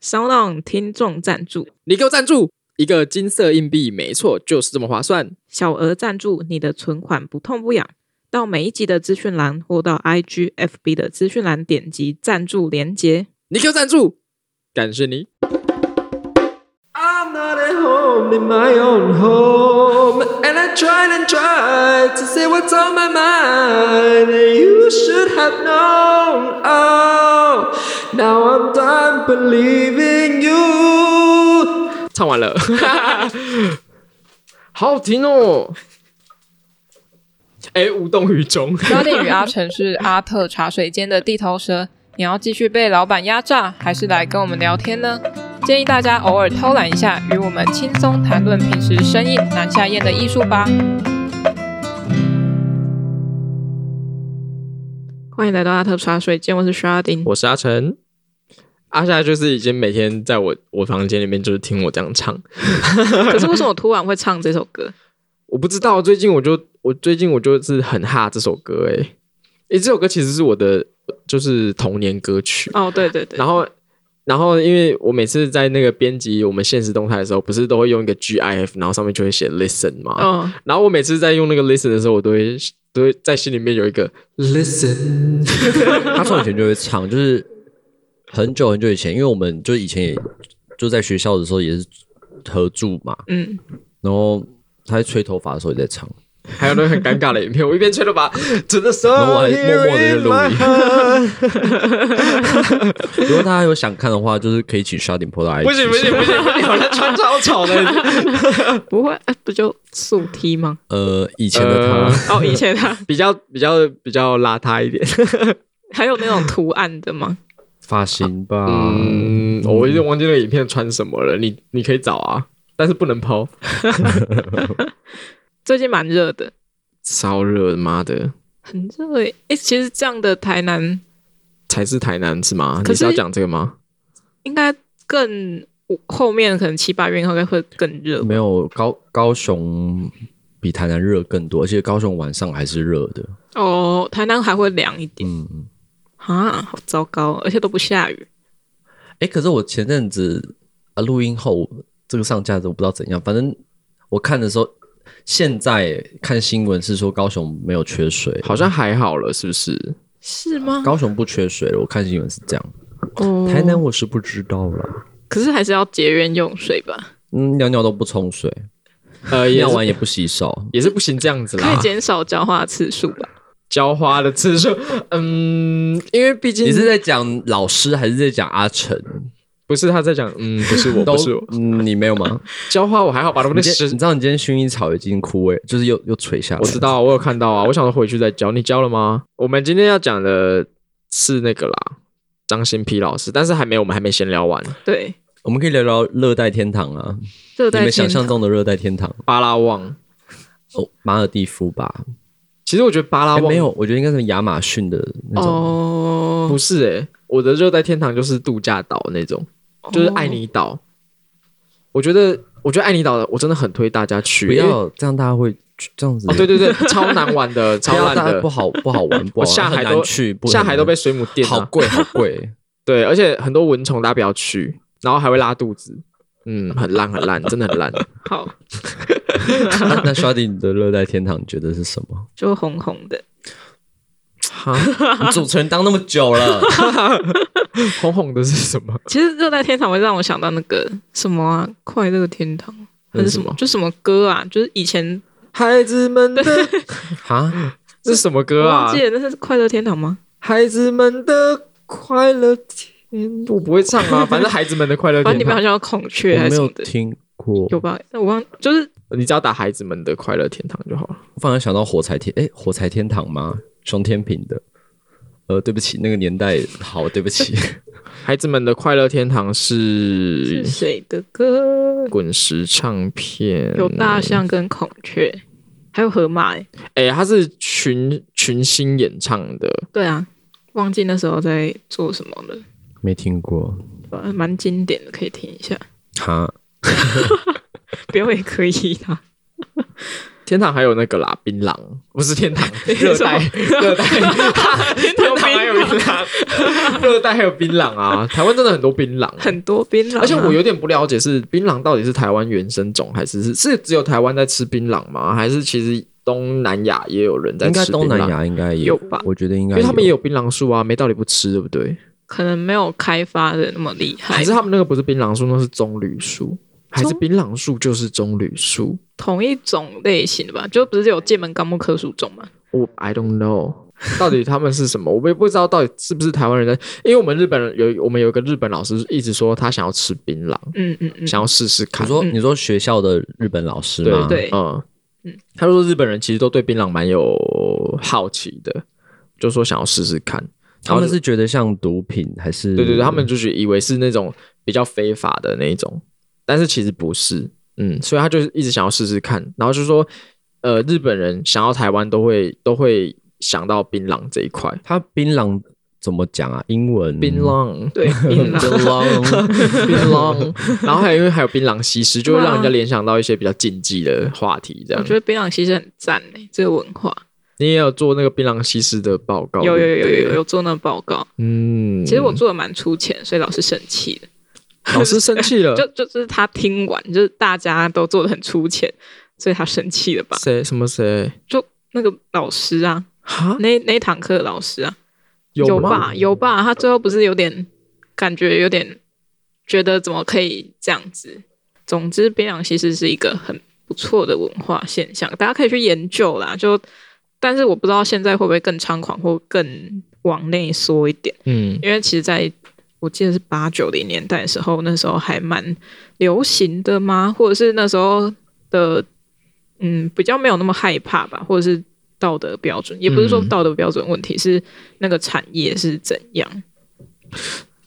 稍让听众赞助，你给我赞助一个金色硬币，没错，就是这么划算。小额赞助，你的存款不痛不痒。到每一集的资讯栏或到 IG、FB 的资讯栏点击赞助连结。你给我赞助，感谢你。 I'm not at home in my own home, and I tried and tried to say what's on my mind. and You should have known. Oh, now I'm done believing you. 唱完了，好好听哦。哎，无动于衷。标定与阿成是阿特茶水间的地头蛇，你要继续被老板压榨，还是来跟我们聊天呢？建议大家偶尔偷懒一下，与我们轻松谈论平时生硬难下咽的艺术吧。欢迎来到阿特茶水间，我是 Sharding。 我是阿成，阿夏就是已经每天在我我房间里面就是听我这样唱。 可是为什么我突然会唱这首歌？我不知道，最近我就我最近我就是很哈这首歌哎、诶，这首歌其实是我的就是童年歌曲。哦，对对对，然后然后因为我每次在那个编辑我们现实动态的时候，不是都会用一个 GIF，然后上面就会写 listen 嘛。哦，然后我每次在用那个 listen 的时候，我都会都会在心里面有一个 listen，他从以前就会唱，就是很久很久以前，因为我们就以前也就在学校的时候也是合住嘛，嗯，然后他在吹头发的时候也在唱，还有那个很尴尬的影片，我一边吹头发，真的是，然后我还默默的录音。如果大家有想看的话，就是可以请 s h a d i n 到 IG。不行不行不 行，不行有人穿超丑的，不会，哎不就速踢吗？呃，以前的他， 哦，以前他 比较比较比较邋遢一点。还有那种图案的吗？发型吧，嗯，我有点忘记那个影片穿什么了，你你可以找啊，但是不能抛，最近蛮热的，超热，妈的，很热诶。哎，其实这样的台南才是台南是吗？可你是是要讲这个吗？应该更后面可能七八月应该会更热吧。没有高高雄比台南热更多，而且高雄晚上还是热的。哦，台南还会凉一点嗯，啊，好糟糕，而且都不下雨。哎、可是我前阵子啊录音后，这个上架的我不知道怎样，反正我看的时候，现在看新闻是说高雄没有缺水，好像还好了，是不是？是吗？高雄不缺水了。我看新闻是这样，哦，台南我是不知道啦。可是还是要节约用水吧，嗯，尿尿都不冲水， 呃，也尿是完也不洗手。也是不行这样啊子可以啦，减少浇花次数吧。浇花的次数， 嗯，因为毕竟你是在讲老师还是在讲阿成？不是他在讲，嗯， 不是我，都不是我，嗯，你没有吗？浇花我还好吧，我你的今你石知道你今天薰衣草已经枯萎，就是又又垂下来。我知，道，我有看到啊，我想说回去再教。你教了吗？我们今天要讲的是那个啦，张新皮老师，但是还没，我们还没闲聊完。对，我们可以聊聊热带天堂啊，热你带们天想象堂中的热带天堂巴拉望，哦，马尔蒂夫吧？其实我觉得巴拉欸望、没有，我觉得应该是亚马逊的那种。哦不，是诶、我的热带天堂就是度假岛那种，就是爱尼岛。我觉得，我觉得爱尼岛的我真的很推大家去，不因为要这样，大家会这样子。哦，对对 对，超难玩的， 超不要烂大家的不，好不好玩，不我好玩下海很都难去，不下很海难都被水母电好了。贵好 贵。对，而且很多蚊虫，大家不要去，然后还会拉肚子。 嗯，很烂很烂，真的很烂。好，那那刷弟，你的热带天堂你觉得是什 么？就红红的，哈，你主持人当那么 久了，红红的是什么？其实热带天堂会让我想到那个什么啊，快乐天堂还那是是什什么么，就什么歌啊，就是以前孩子们的哈， 这是什么我歌啊忘？记了，那是快乐天堂吗？孩子们的快乐天，我不会唱啊。反正孩子们的 快乐反正天里面好堂，像有孔我雀还没是什有么的，听过。有吧？那我忘，就是你只要打孩子们的快乐天堂就好了。我反而想到火柴天，哎，火柴天堂吗？熊天平的。呃，对不起，那个年代好，对 不起。孩子们的快乐天堂是是谁的歌？滚石唱片，有大象跟孔雀，还有河马、欸。哎、它是群群星演唱的，对啊，忘记那时候在做什么了，没听过。反正蛮经典的，可以听一下。哈，表演可以啊，天 堂还有那个啦，槟榔不是天堂，热带哎什么热带，天天堂还有槟榔，热带还有槟榔啊，台湾真的很多槟榔啊、很多槟榔啊，而且我有点不了解是，槟榔到底是台湾原生种，还是是是只有台湾在吃槟榔吗？还是其实东南亚也有人在应该吃槟榔？东南亚应该有吧我觉得应因该，为他们也有槟榔树啊，没道理不吃，对不对？可能没有开发的那么厉害还是，他们那个不是槟榔树，那是棕榈树，还是槟榔树就是棕榈树？同一种类型的吧？就不是有剑门纲目科属种嘛？我 I don't know，到 底他们是什么？我也不知道到底是不是台湾人在，因为我们日本人有我们有一个日本老师一直说他想要吃槟榔，嗯嗯嗯，想要试试看你。说嗯你说学校的日本老师对吗？对嗯嗯，他说日本人其实都对槟榔蛮有好奇的，就说想要试试看。嗯他们是觉得像毒品还是？对对对，他们就是以为是那种比较非法的那一种，但是其实不是。嗯，所以他就是一直想要试试看，然后就说，呃，日本人想要台湾都会都会想到槟榔这一块，他槟榔怎么讲啊？英文槟榔。对 槟榔，槟榔槟榔，然后还有因为还有槟榔西施，就会让人家联想到一些比较禁忌的话题。这我样觉，得槟榔其实很赞诶、这个文化你也有做那个槟榔西施的报告？有有有哦对不对有有有做那个报告，嗯，其实我做的蛮粗浅，所以老师生气的。老师生气 了，就就是他听完，就是大家都做的很粗浅，所以他生气了吧？谁什么谁就那个老师啊，哈那那一堂课的老师啊，有吗吧？有吧？他最后不是有点感觉有点觉得怎么可以这样子？总之，槟榔西施是一个很不错的文化现象，大家可以去研究啦。就但是我不知道现在会不会更猖狂或更往内缩一点。嗯，因为其实在我记得是八九零年代的时候，那时候还蛮流行的吗？或者是那时候的嗯比较没有那么害怕吧，或者是道德标准，也不是说嗯道德标准问题，是那个产业是怎样？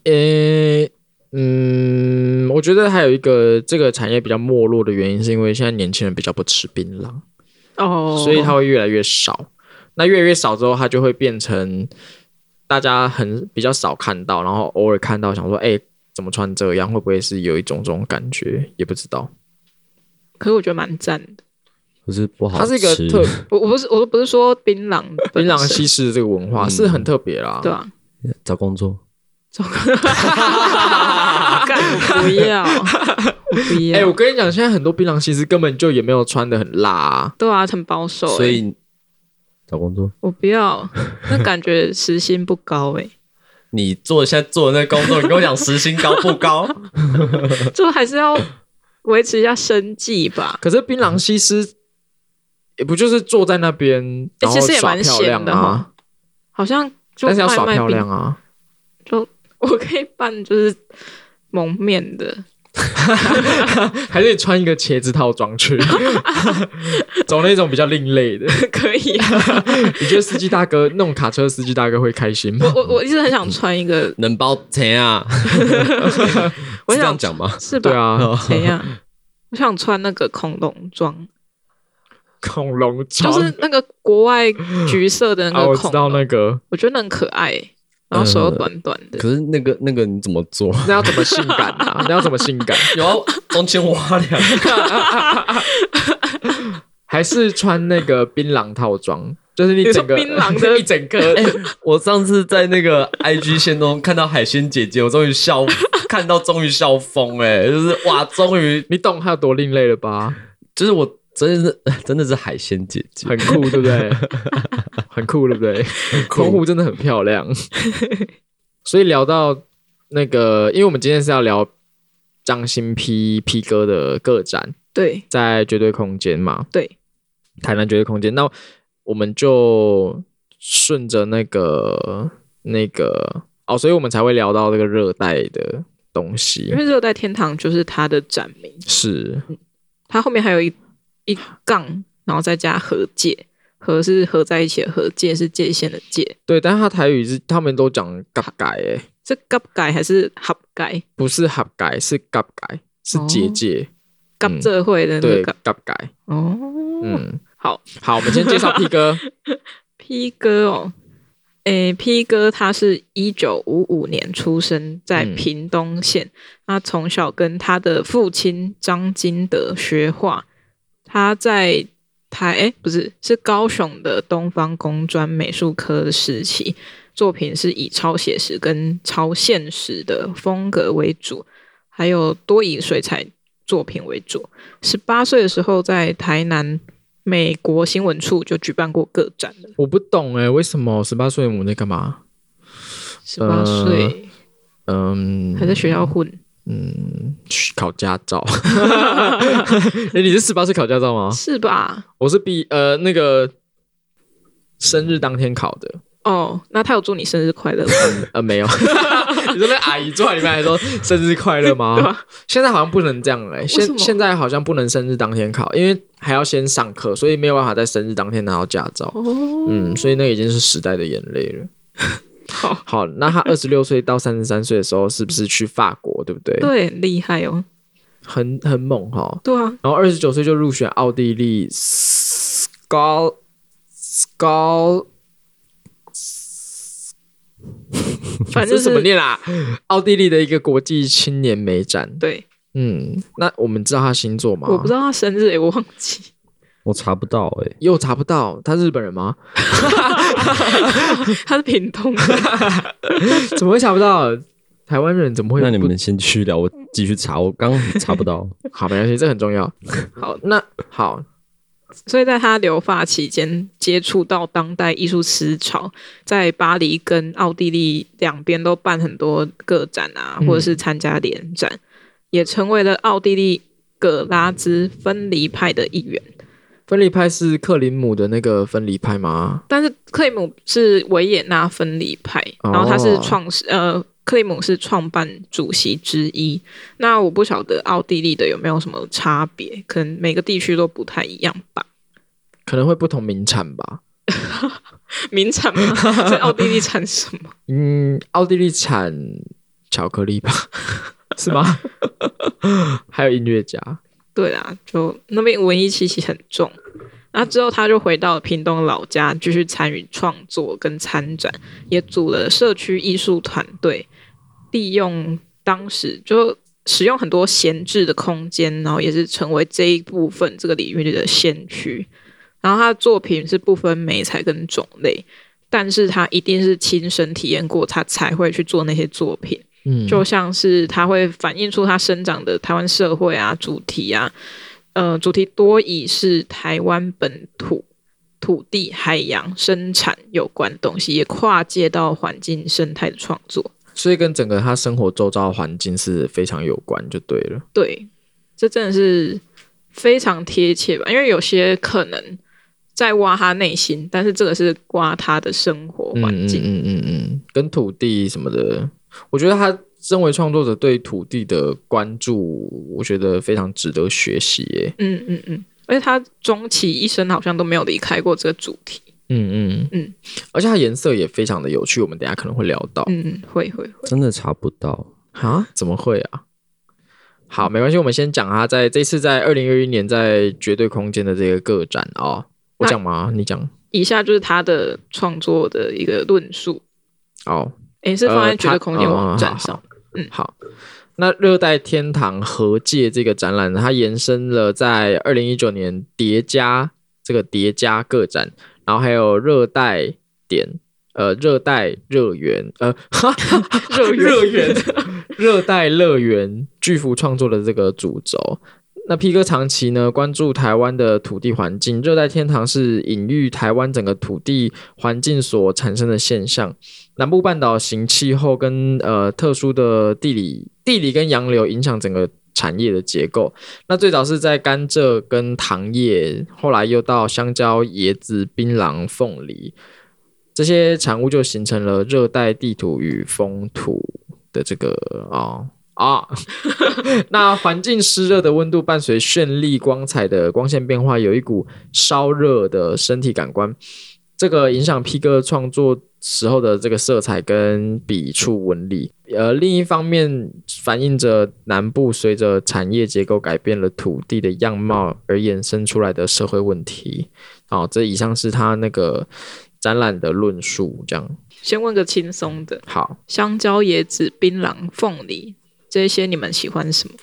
诶、嗯，我觉得还有一个这个产业比较没落的原因，是因为现在年轻人比较不吃槟榔，哦所以它会越来越少。那越来越少之后，它就会变成大家很比较少看到，然后偶尔看到想说，哎、怎么穿这样？会不会是有一种这种感觉？也不知道。可是我觉得蛮赞的。 不是不好它吃，是一个 特我我不是我不是说槟榔槟榔西西施的这个文化、是很特别啦。对啊，找工作。干我不要，我不啊 哎、要我，跟你讲，现在很多槟榔西施根本就也没有穿的很辣、啊，对啊，很保守、欸，所以找工作，我不要，那感觉时薪不高哎、你做现在做的那个工作，你跟我讲时薪高不高？ 就还是要维持一下生计吧。可是槟榔西施也不就是坐在那边，欸然后其实也耍蛮漂闲亮的啊哈，，好像就但是要卖耍卖漂饼亮，啊。就 我可以办就是蒙面的，还是你穿一个茄子套装 去，走那种比较另类的。可以 啊。你觉得司机大哥那种卡车司机大哥会开心吗我？我我一直很想穿一个，能包钱啊？我是这想样讲吗？是吧？对啊，怎样？我想穿那个恐龙装，恐龙装就是那个国外橘色的那啊，个我知恐道呃龙，那个，我觉得很可爱、然后手又短短的， 可是那个那个你怎么做？那要怎么性感 啊？那要怎么性感？ 有啊，中间挖两个，还是穿那个槟榔套装？就是你整个你说槟榔的 一整个哎我上次在那个 IG 线中看到海鲜姐姐，我终于笑，看到终于笑疯哎、就是哇，终于你懂它有多另类了吧？就是我真的是真的是海鲜姐姐，很酷，对不 对？很酷，对不对？澎湖真的很漂亮。所以聊到那个，因为我们今天是要聊张新 P P 哥的个展，对在绝对空间嘛，对，台南绝对空间。那我们就顺着那个那个哦，所以我们才会聊到这个热带的东西因。为热带天堂就是它的展名，是，它后面还有一一杠，然后再加和界，和是合在一起的和，界是界限的界，对，但是他台语是他们都讲“嘎改”哎，是 gap 改还是 hub 改不是“哈改”，是“嘎改”，是哦结界， ？gap 这会的那对个“嘎嘎改”。哦，嗯，好好，我们先介绍 P 哥。 ，P 哥哦，诶，P 哥他是一九五五年出生在嗯屏东县，他从小跟他的父亲张金德学画，他在台诶不是是高雄的东方工专美术科的时期，作品是以超写实跟超现实的风格为主，还有多以水彩作品为主。十八岁的时候，在台南美国新闻处就举办过个展了。我不懂哎、为什么十八岁我们在干嘛？十八岁嗯，还在学校混，嗯去考驾 照。哎你是十八岁考驾照吗？是吧？我是毕呃那个生日当天考的，哦，那他有祝你生日快乐吗？ 呃没 有。你说那阿姨坐在里面还说生日快乐 吗？对吧？现在好像不能这样了、欸，什么现现在好像不能生日当天考，因为还要先上课，所以没有办法在生日当天拿到驾照。哦，嗯，所以那已经是时代的眼泪了。好好，那他二十六岁到三十三岁的时候，是不是去法国？对不对？，对，厉害哦。很很猛哈、对啊，然后二十九岁就入选奥地利 Scol Scol 反这正是怎么念啦？奥地利的一个国际青年美展。对，嗯，那我们知道他星座吗？我不知道他生日、欸，我忘记。 我查不到哎、又查不到，他是日本人吗？他是屏东的， 怎么会查不到？ 台湾人怎么会不？那你们先继续聊，我继续查，我刚刚查不 到。好，没关系，这很重要。好， 那好，所以在他留法期间接触到当代艺术思潮，在巴黎跟奥地利两边都办很多个展啊，嗯或者是参加联展，也成为了奥地利葛拉兹分离派的一员。分离派是克林姆的那个分离派吗？但是克里姆是维也纳分离派，哦然后他是创始呃，克里姆是创办主席之一。那我不晓得奥地利的有没有什么差别，可能每个地区都不太一样吧。可能会不同名产吧。名产吗？在奥地利产什么？嗯，奥地利产巧克力吧？是吗？还有音乐家，对啦，就那边文艺气息很重。那之后，他就回到屏东老家，继续参与创作跟参展，也组了社区艺术团队，利用当时就使用很多闲置的空间，然后也是成为这一部分这个领域的先驱。然后他的作品是不分美材跟种类，但是他一定是亲身体验过，他才会去做那些作品。嗯，就像是它会反映出它生长的台湾社会啊、主题啊，呃，主题多以是台湾本土、土地、海洋、生产有关的东西，也跨界到环境生态的创作。所以跟整个他生活周遭的环境是非常有关，就对了。对，这真的是非常贴切吧？因为有些可能在挖他内心，但是这个是挖他的生活环境。嗯嗯嗯嗯嗯，跟土地什么的，我觉得他身为创作者对土地的关注，我觉得非常值得学习耶。嗯嗯嗯，而且他终其一生好像都没有离开过这个主题。嗯嗯嗯，而且它颜色也非常的有趣，我们等一下可能会聊到。嗯嗯，会会会。真的查不到。啊？怎么会啊？好，没关系，我们先讲他在这次在二零二一年在绝对空间的这个个展哦。我那讲吗？你讲以下就是他的创作的一个论述，哦。诶，是放在绝对空间呃他网站上。嗯好，那热带天堂和界这个展览，它延伸了在二零一九年叠加这个叠加个展，然后还有热带点。呃，热带热园，呃，哈 哈哈热园热园，热带乐园巨幅创作的这个主轴。那 P 哥长期呢关注台湾的土地环境，热带天堂是隐喻台湾整个土地环境所产生的现象。南部半岛型气候跟呃特殊的地理地理跟洋流影响整个产业的结构。那最早是在甘蔗跟糖业，后来又到香蕉、椰子、槟榔、凤梨这些产物，就形成了热带地图与风土的这个哦。啊， 那环境湿热的温度伴随绚丽光彩的光线变化，有一股烧热的身体感官，这个影响 P 哥创作时候的这个色彩跟笔触纹理。呃，另一方面反映着南部随着产业结构改变了土地的样貌而衍生出来的社会问题。好、这以上是他那个展览的论述。这样先问个轻松的，好，香蕉、椰子、槟榔、凤梨这些，你们喜欢什么？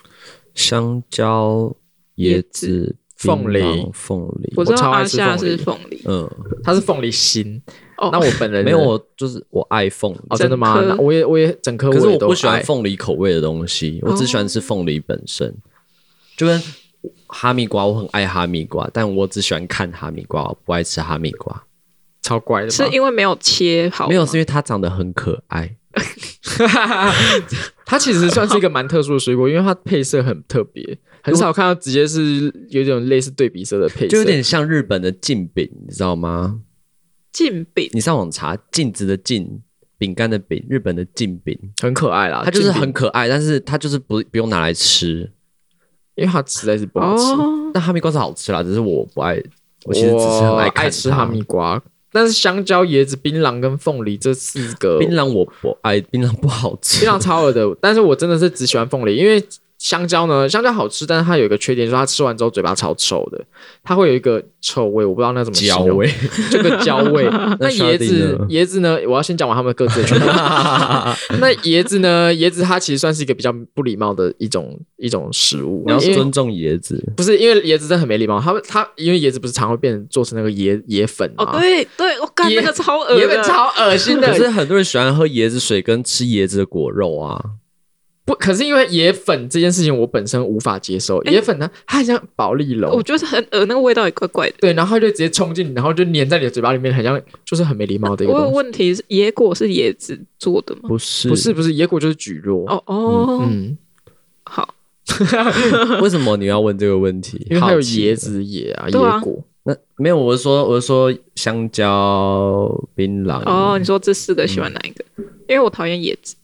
香蕉、椰子、凤梨槟榔凤梨，知我道超爱阿吃夏凤梨是凤梨，嗯，它是凤梨心，哦那我本人呢没有，我就是我爱凤梨，哦，真的吗？整颗那我也我也整颗可是我我也都不喜欢哦爱凤梨口味的东西，我只喜欢吃凤梨本身，就跟哈密瓜，我很爱哈密瓜，但我只喜欢看哈密瓜，我不爱吃哈密瓜。超怪的吧，是因为没有切好吗，没有，是因为它长得很可爱。它其实算是一个蛮特殊的水果，因为它配色很特别，很少看到直接是有点类似对比色的配色，就有点像日本的镜饼，你知道吗？进饼你上网查镜子的镜，饼干的饼，日本的镜饼，很可爱啦。它就是近啊饼很，可爱，但是它就是不不用拿来吃。因为它实在是不好吃。哦，但哈密瓜是好吃啦，只是我不爱，我其实只是很我看爱吃哈密瓜。瓜，但是香蕉、椰子、槟榔跟凤梨这四个槟榔我不爱，槟榔不好吃。非常超恶的，但是我真的是只喜欢凤梨，因为香蕉呢，香蕉好吃，但是它有一个缺点，就是它吃完之后嘴巴超臭的，它会有一个臭味，我不知道那怎么焦形容味，这个焦 味。那椰子 Shardy 呢，椰子呢？我要先讲完他们各自的缺 点。那椰子呢？椰子它其实算是一个比较不礼貌的一种一种食物，你要因为尊重椰子。不是因为椰子真的很没礼貌，它它因为椰子不是常会变成做成那个椰椰粉哦吗？，对对，我干椰那个超恶椰的粉，超恶心的。可是很多人喜欢喝椰子水跟吃椰子的果肉啊，不，可是因为椰粉这件事情，我本身无法接受。椰粉呢，它很像保利我龙，觉得很恶，那个味道也怪怪的。对，然后它就直接冲进你，然后就粘在你的嘴巴里面，很像就是很没礼貌的一个我有东西。问题是，野果是椰子做的吗？不是哦不是不是，椰果就是蒟蒻。哦哦，嗯，好，为什么你要问这个问题？ 因为它有好奇椰。子叶啊，对啊椰果。那没有，我是说我是说香蕉、槟榔。哦，你说这四个喜嗯欢哪一个？因为我讨厌椰子，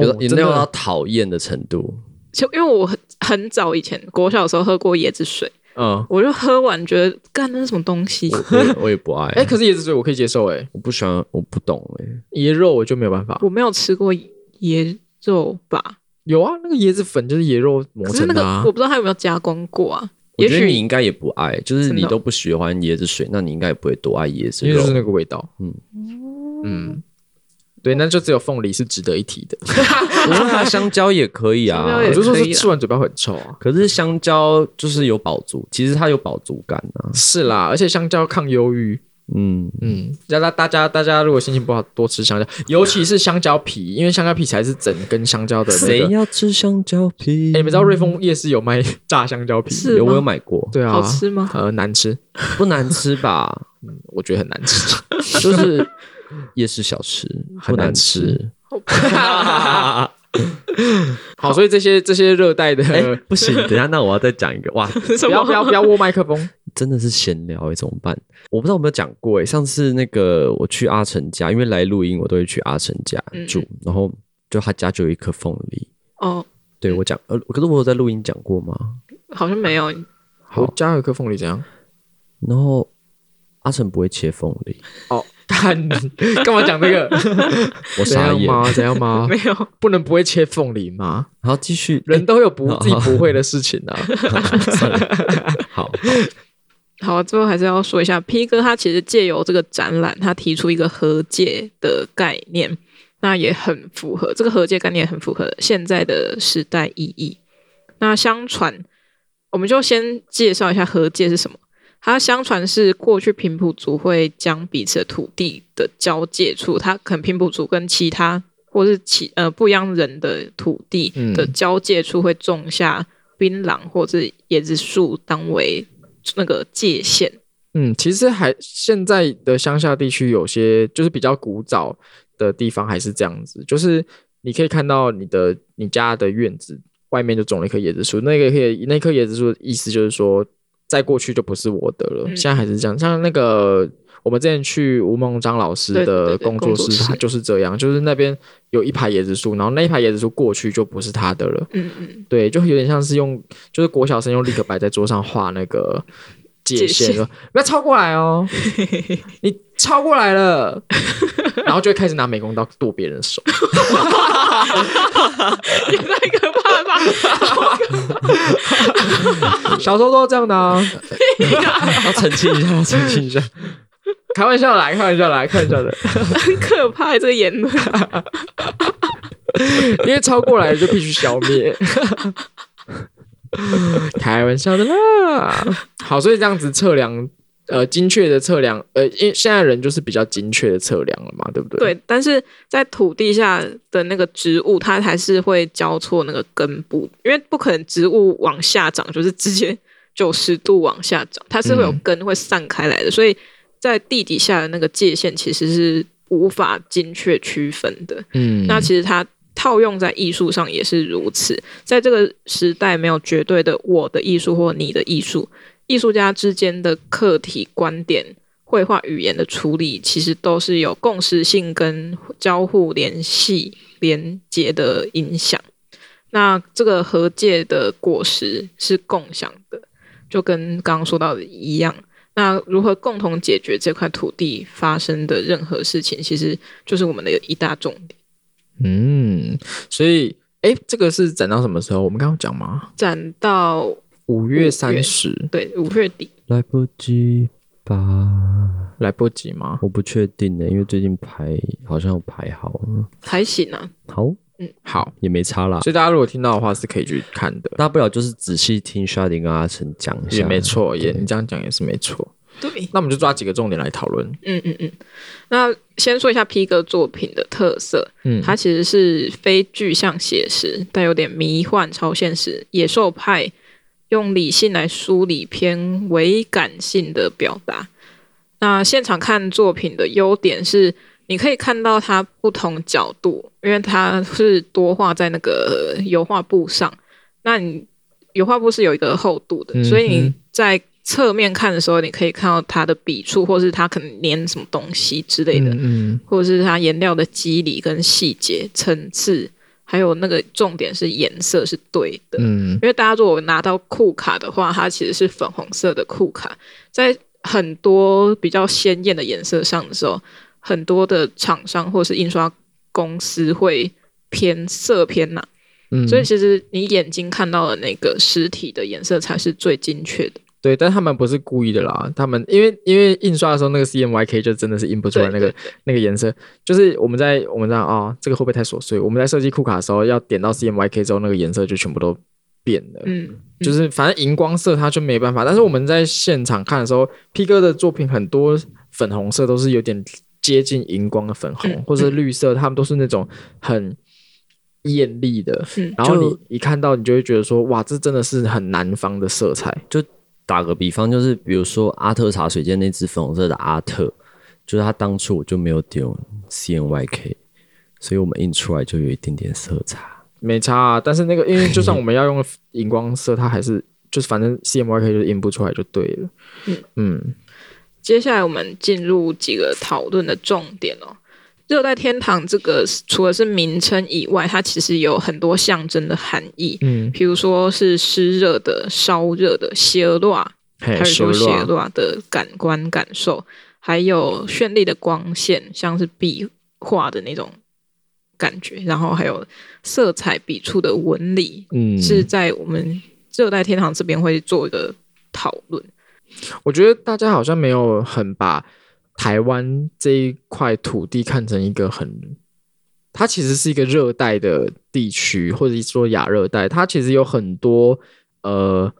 有哦的，也真没有到的讨厌的程度。就因为我很很早以前国小的时候喝过椰子水，嗯，我就喝完觉得干那是什么东西？我也我也不爱。哎、可是椰子水我可以接受、哎，我不喜欢，我不懂哎、椰肉我就没有办法。我没有吃过椰肉吧？有啊，那个椰子粉就是椰肉磨可是成那的、个啊。我不知道它有没有加工过啊？我也觉得你许应该也不爱，就是你真的都不喜欢椰子水，那你应该也不会多爱椰子因为肉就是。那个味道。嗯嗯嗯，对，那就只有凤梨是值得一提的。不是啊，香蕉也可以啊香。蕉我也就说可是以啦吃完嘴巴会很臭啊。可是香蕉就是有饱足，其实它有饱足感啊。是啦，而且香蕉抗忧郁。嗯，嗯，大家大家大家如果心情不好，多吃香蕉，尤其是香蕉皮，因为香蕉皮才是整根香蕉的那谁个。哎、要吃香蕉皮？你们知道瑞丰夜市有卖炸香蕉皮？是有我有吗买过，对啊，好吃 吗？呃，难吃，不难吃吧？我觉得很难吃。 就是 夜市小吃，很不难难吃。好，所以这些这些热带的，哎、不行，等一下，那我要再讲一个哇，什不要不么？要不要握麦克风。真的是闲聊哎、怎么办？我不知道有没有讲过哎、上次那个我去阿成家，因为来录音我都会去阿成家嗯住，然后就他家就有一棵凤梨。哦，嗯对我讲，呃，可是我有在录音讲过吗？好像没有。好我加了一颗凤梨怎样？然后阿成不会切凤梨，哦，干干嘛讲这 个？我怎傻样眼。吗？怎样吗？没有，不能不会切凤梨吗？然后继续，人 都有不 好哦自己不会的事情啊。算了， 好，好好，最后还是要说一下，P 哥他其实借由这个展览，他提出一个和解的概念，那也很符合这个和解概念，很符合现在的时代意义。那相传，我们就先介绍一下和解是什么。它相传是过去平埔族会将彼此的土地的交界处，它可能平埔族跟其他或是其呃不一样人的土地嗯的交界处会种下槟榔或是椰子树当为那个界限。嗯，其实还现在的乡下地区有些就是比较古早的地方还是这样子，就是你可以看到你的你家的院子外面就种了一棵椰子树，那个叶那棵椰子树的意思就是说，再过去就不是我的了。嗯现在还是这样，像那个我们之前去吴孟章老师对对的对工作作室，室他就是这样，就是那边有一排椰子树，然后那一排椰子树过去就不是他的了。嗯嗯，对，就有点像是用，就是国小生用立可白在桌上画那个界界限，限说不要超过 来哦，你超过来了，然后就会开始拿美工刀剁别人 的手，也太可怕了吧！小时候都是这样的啊，要澄清一下，要澄清一下。开玩笑来，开玩笑来，开玩笑的，很可怕这个言论。因为超过来就必须消灭。开玩笑的啦，好，所以这样子测量呃精确的测量，呃，因为现在人就是比较精确的测量了嘛，对不对？对，但是在土地下的那个植物，它还是会交错那个根部，因为不可能植物往下长就是直接九十度往下长，它是会有嗯根会散开来的，所以在地底下的那个界限其实是无法精确区分的。嗯，那其实它套用在艺术上也是如此。在这个时代，没有绝对的我的艺术或你的艺术，艺术家之间的课题、观点、绘画语言的处理，其实都是有共识性跟交互联系、连接的影响。那这个和界的果实是共享的，就跟刚刚说到的一样。那如何共同解决这块土地发生的任何事情，其实就是我们的一大重点。嗯，所以哎，这个是展到什么时候？我们刚刚讲吗？展到五月三十，对五月底，来不及吧？来不及吗？我不确定呢、因为最近排好像有排好了，还行啊，好好，也没差啦。所以大家如果听到的话，是可以去看的，大不了就是仔细听 Sharding 跟阿成讲一下，也没错，也对你这样讲也是没错。对，那我们就抓几个重点来讨论。嗯嗯嗯。那先说一下 P 哥作品的特色，嗯，它其实是非具象写实，但有点迷幻、超现实、野兽派，用理性来梳理偏为感性的表达。那现场看作品的优点是，你可以看到它不同角度，因为它是多画在那个油画布上。那你油画布是有一个厚度的，嗯哼所以你在侧面看的时候，你可以看到它的笔触，或是它可能粘什么东西之类的，嗯嗯或者是它颜料的肌理跟细节、层次，还有那个重点是颜色是对的。嗯因为大家如果拿到库卡的话，它其实是粉红色的库卡，在很多比较鲜艳的颜色上的时候，很多的厂商或是印刷公司会偏色偏呐、嗯，所以其实你眼睛看到的那个实体的颜色才是最精确的。对，但他们不是故意的啦，他们因为因为印刷的时候那个 CMYK 就真的是印不出来对那个那个颜色，就是我们在我们在啊、这个会不会太琐碎？我们在设计库卡的时候要点到 CMYK 之后，那个颜色就全部都变了，嗯，就是反正荧光色它就没办法。但是我们在现场看的时候，P 哥的作品很多粉红色都是有点接近荧光的粉红，嗯或者是绿色，他们都是那种很艳丽的，嗯然后就你一看到你就会觉得说，哇，这真的是很南方的色彩。打个比方，就是比如说阿特茶水间那只粉红色的阿特，就是它当初我就没有丢 CNYK，所以我们印出来就有一点点色差。没差、啊，但是那个因为就算我们要用荧光色，它还是就是反正 CMYK 就是印不出来就对了。嗯接下来我们进入几个讨论的重点哦。热带天堂这个除了是名称以外，它其实有很多象征的含义。嗯，比如说是湿热的、烧热的、邪乱，还还有修说邪乱，乱的感官感受，还有绚丽的光线，像是壁画的那种感觉，然后还有色彩笔触的纹理，嗯，是在我们热带天堂这边会做一个讨论。我觉得大家好像没有很把台湾这一块土地看成一个很，它其实是一个热带的地区，或者说亚热带，它其实有很多呃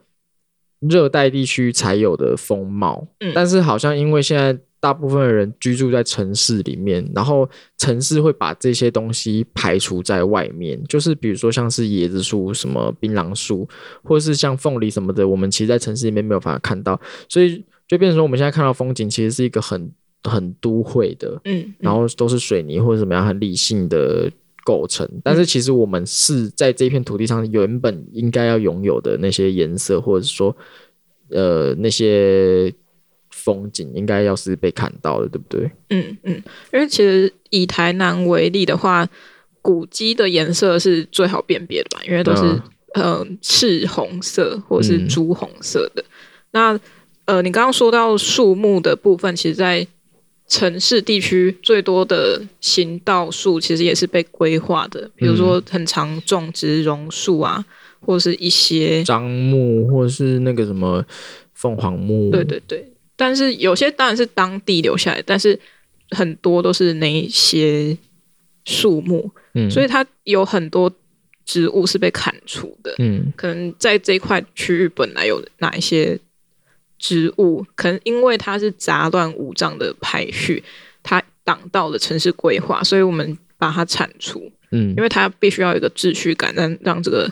热带地区才有的风貌，嗯但是好像因为现在。大部分的人居住在城市里面，然后城市会把这些东西排除在外面，就是比如说像是椰子树、什么槟榔树，或是像凤梨什么的，我们其实在城市里面没有办法看到。所以就变成说，我们现在看到风景其实是一个很很都会的，嗯，然后都是水泥或者怎么样很理性的构成。嗯但是其实我们是在这片土地上原本应该要拥有的那些颜色，或者是说呃那些风景，应该要是被看到的，对不对？嗯嗯，因为其实以台南为例的话，古迹的颜色是最好辨别的吧，因为都是嗯呃赤红色或是嗯朱红色的。那呃，你刚刚说到树木的部分，其实在城市地区最多的行道树其实也是被规划的，比如说很常种植榕树啊，或是一些樟木或者是那个什么凤凰木，对对对，但是有些当然是当地留下来，但是很多都是那一些树木，嗯，所以它有很多植物是被砍除的。嗯可能在这一块区域本来有哪一些植物，可能因为它是杂乱无章的排序，它挡到了城市规划，所以我们把它铲除，嗯因为它必须要有一个秩序感，让让这个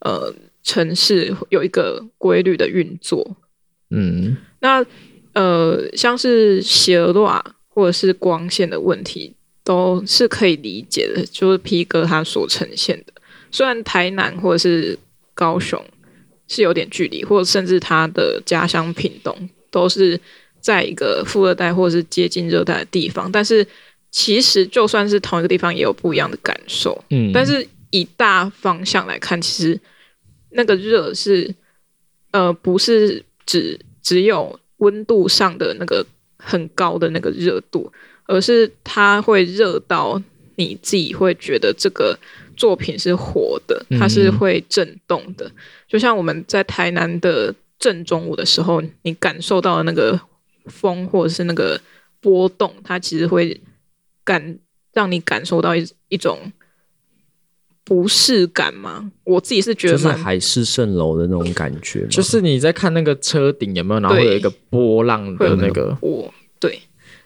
呃城市有一个规律的运作。嗯那呃，像是邪恶啊，或者是光线的问题，都是可以理解的，就是 P 哥他所呈现的。虽然台南或者是高雄是有点距离，或者甚至他的家乡屏东都是在一个副热带或者是接近热带的地方，但是其实就算是同一个地方，也有不一样的感受。嗯但是以大方向来看，其实那个热是呃不是只只有温度上的那个很高的那个热度，而是它会热到你自己会觉得这个作品是活的，它是嗯会震动的。就像我们在台南的正中午的时候，你感受到的那个风或者是那个波动，它其实会感让你感受到一一种不适感嘛。我自己是觉就得是蛮海市蜃楼的那种感觉嘛，就是你在看那个车顶有没有，然后对会有一个波浪会有的那个，我对，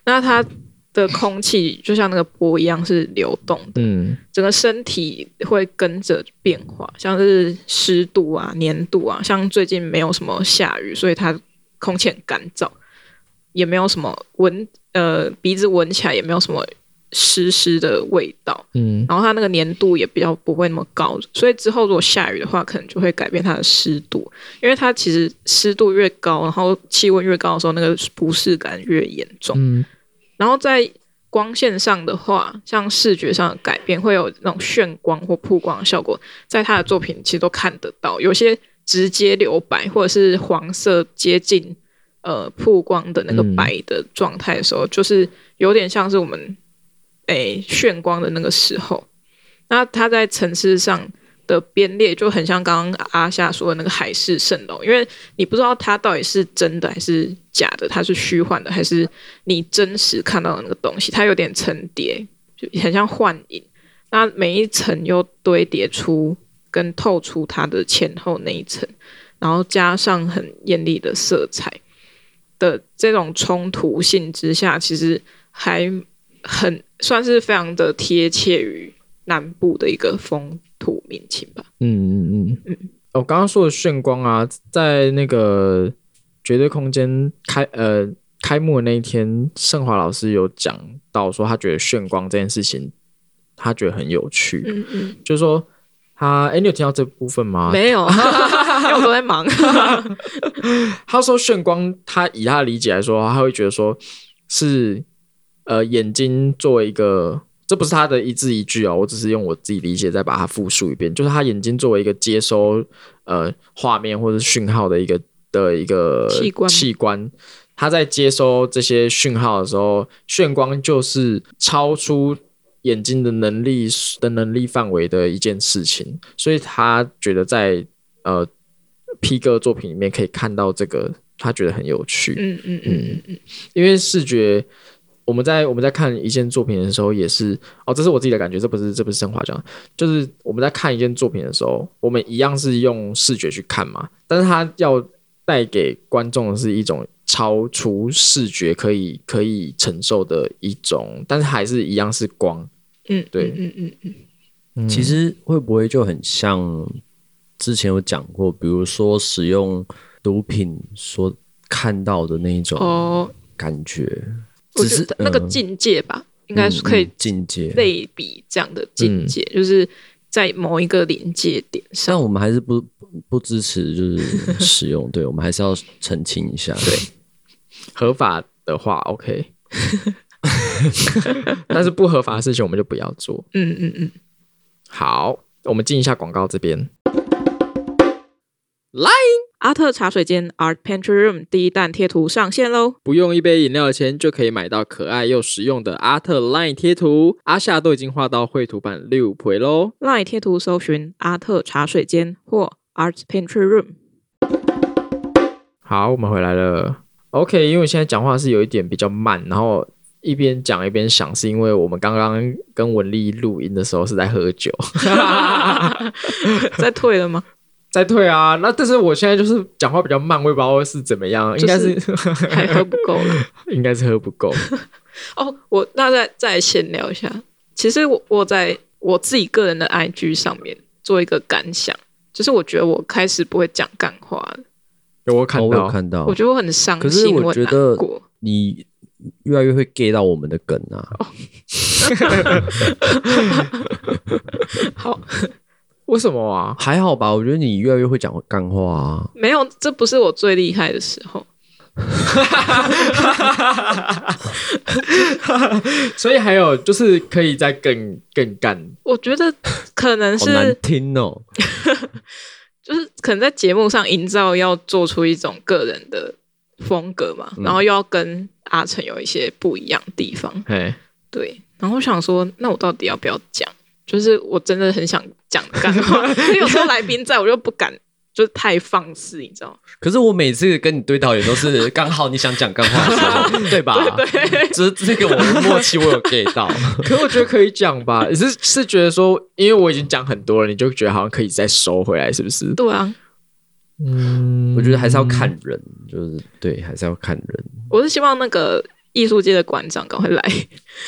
那它的空气就像那个波一样是流动的，嗯整个身体会跟着变化，像是湿度啊、粘度啊，像最近没有什么下雨，所以它空气很干燥，也没有什么闻呃鼻子闻起来也没有什么湿湿的味道，嗯然后它那个粘度也比较不会那么高，所以之后如果下雨的话，可能就会改变它的湿度，因为它其实湿度越高，然后气温越高的时候，那个不适感越严重。嗯然后在光线上的话，像视觉上的改变，会有那种眩光或曝光的效果，在他的作品其实都看得到，有些直接留白或者是黄色接近呃曝光的那个白的状态的时候，就是有点像是我们诶眩光的那个时候。那它在层次上的编列就很像刚刚阿夏说的那个海市蜃楼，因为你不知道它到底是真的还是假的，它是虚幻的还是你真实看到的那个东西，它有点层叠，就很像幻影。那每一层又堆叠出跟透出它的前后那一层，然后加上很艳丽的色彩的这种冲突性之下，其实还很算是非常的贴切于南部的一个风土民情吧。嗯嗯嗯嗯。我刚刚说的炫光啊，在那个绝对空间开呃开幕的那一天，盛华老师有讲到说，他觉得炫光这件事情，他觉得很有趣，嗯嗯，就是说他哎、诶你有听到这部分吗？ 没有，因为我都在忙。他说炫光，他以他的理解来说，他会觉得说是呃眼睛作为一个，这不是他的一字一句哦，我只是用我自己理解再把它复述一遍，就是他眼睛作为一个接收呃画面或者讯号的一个的一个器官器官。他在接收这些讯号的时候，眩光就是超出眼睛的能力的能力范围的一件事情，所以他觉得在呃 P 哥作品里面可以看到这个，他觉得很有趣。嗯嗯嗯嗯因为视觉，我们在我们在看一件作品的时候，也是哦，这是我自己的感觉，这不是这不是升华讲的，就是我们在看一件作品的时候，我们一样是用视觉去看嘛，但是它要带给观众的是一种超出视觉可以可以承受的一种，但是还是一样是光，嗯，对嗯嗯嗯其实会不会就很像之前有讲过，比如说使用毒品所看到的那一嗯，种哦，感觉，我只觉是得那个嗯境界吧，应该是可以嗯嗯嗯境界。类比这样的境界，就是在某一个临界点但上。我们还是不不不支持就是使用，对我们还是要澄清一下。哦对，合法的话 OK，但是不合法的事情我们就不要做。嗯嗯嗯，好，我们进一下广告这边。阿特茶水间 Art Pantry Room 第一弹贴图上线喽！不用一杯饮料的钱就可以买到可爱又实用的阿特 Line 贴图，阿夏都已经画到绘图版六倍喽。 Line 贴图搜寻阿特茶水间或 Art Pantry Room。 好，我们回来了。OK，因为现在讲话是有一点比较慢，然后一边讲一边想，是因为我们刚刚 跟文丽录音的时候是在喝酒，在退了吗？再退啊。那但是我现在就是讲话比较慢，我也不知道是怎么样，应该是 还喝不够 了。应该是喝不 够。哦，我那再再闲聊一下。其实我我在我自己个人的 IG 上面做一个感想，就是我觉得我开始不会讲干话了，有我看哦我到，有看到，我觉得我很伤可是心，我很觉难得过。你越来越会 get 到我们的梗啊，好，为什么啊？还好吧？我觉得你越来越会讲干话啊。没有，这不是我最厉害的时候。所以还有就是可以再更更干，我觉得可能好难是听哦，就是可能在节目上营造要做出一种个人的风格嘛，嗯然后又要跟阿成有一些不一样的地方。嘿，对，然后我想说，那我到底要不要讲？就是我真的很想讲干 话，因为有时候来宾在我就不敢，就是太放肆，你知道吗？ 可是我每次跟你对导演都是刚好你想讲干话的时候，对吧？对，这这个我们默契我有 get 到，可我觉得可以讲 吧，你是是觉得说，因为我已经讲很多了，你就觉得好像可以再收回来，是不是？对啊，嗯我觉得还是要看人，就是对，还是要看人。我是希望那个艺术界的馆长赶快来，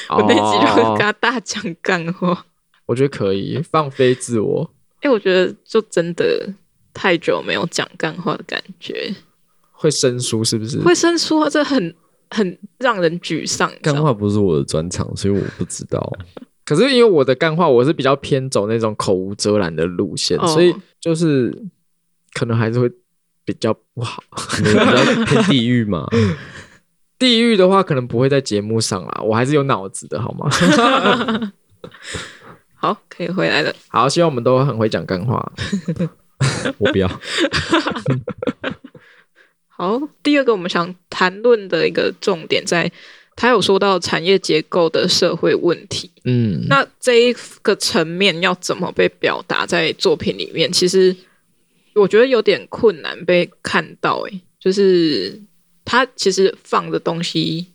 我那集就哦跟他大讲干话。我觉得可以放飞自我。哎、我觉得就真的太久没有讲干话的感觉，会生疏是不是？会生疏啊，这很很让人沮丧。你知道干吗话不是我的专场，所以我不知道。可是因为我的干话，我是比较偏走那种口无遮拦的路线，哦所以就是可能还是会比较不好。可能比较偏地域嘛，地狱的话，可能不会在节目上啦，我还是有脑子的 好吗？好，可以回来了。好，希望我们都很会讲干话。我不要。好，第二个我们想谈论的一个重点在，他有说到产业结构的社会问题。嗯，那这一个层面要怎么被表达在作品里面？其实我觉得有点困难被看到、欸，诶，就是他其实放的东西，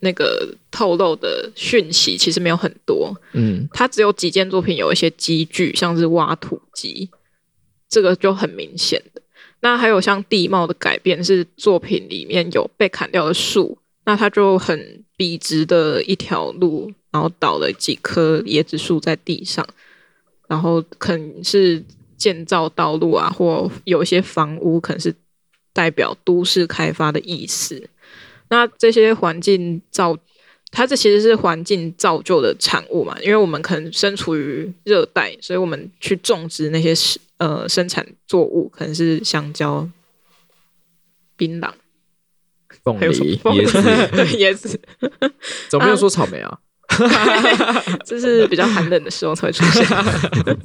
那个透露的讯息其实没有很多，嗯，他只有几件作品有一些机具，像是挖土机，这个就很明显的。那还有像地貌的改变，是作品里面有被砍掉的树，那它就很笔直的一条路，然后倒了几棵椰子树在地上，然后可能是建造道路啊，或有一些房屋可能是代表都市开发的意思。那这些环境造它这其实是环境造就的产物嘛，因为我们可能身处于热带，所以我们去种植那些食呃生产作物，可能是香蕉、槟榔，凤还有什么梨凤也梨是， 对椰子，怎么没有说草莓啊？这是比较寒冷的时候才会出现。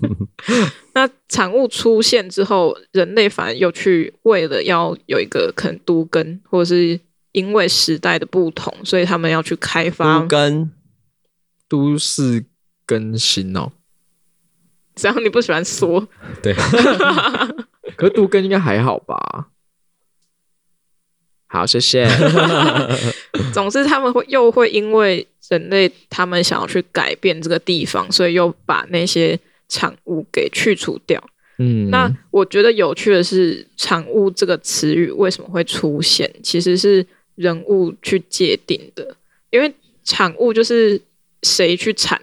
那产物出现之后，人类反而又去为了要有一个可能都根，或者是因为时代的不同，所以他们要去开发无根，都市更新哦，只要你不喜欢说，对，可是都更应该还好吧？好，谢谢。总之，他们会又会因为人类他们想要去改变这个地方，所以又把那些产物给去除掉。嗯，那我觉得有趣的是，“产物”这个词语为什么会出现，其实是人物去界定的，因为产物就是谁去产，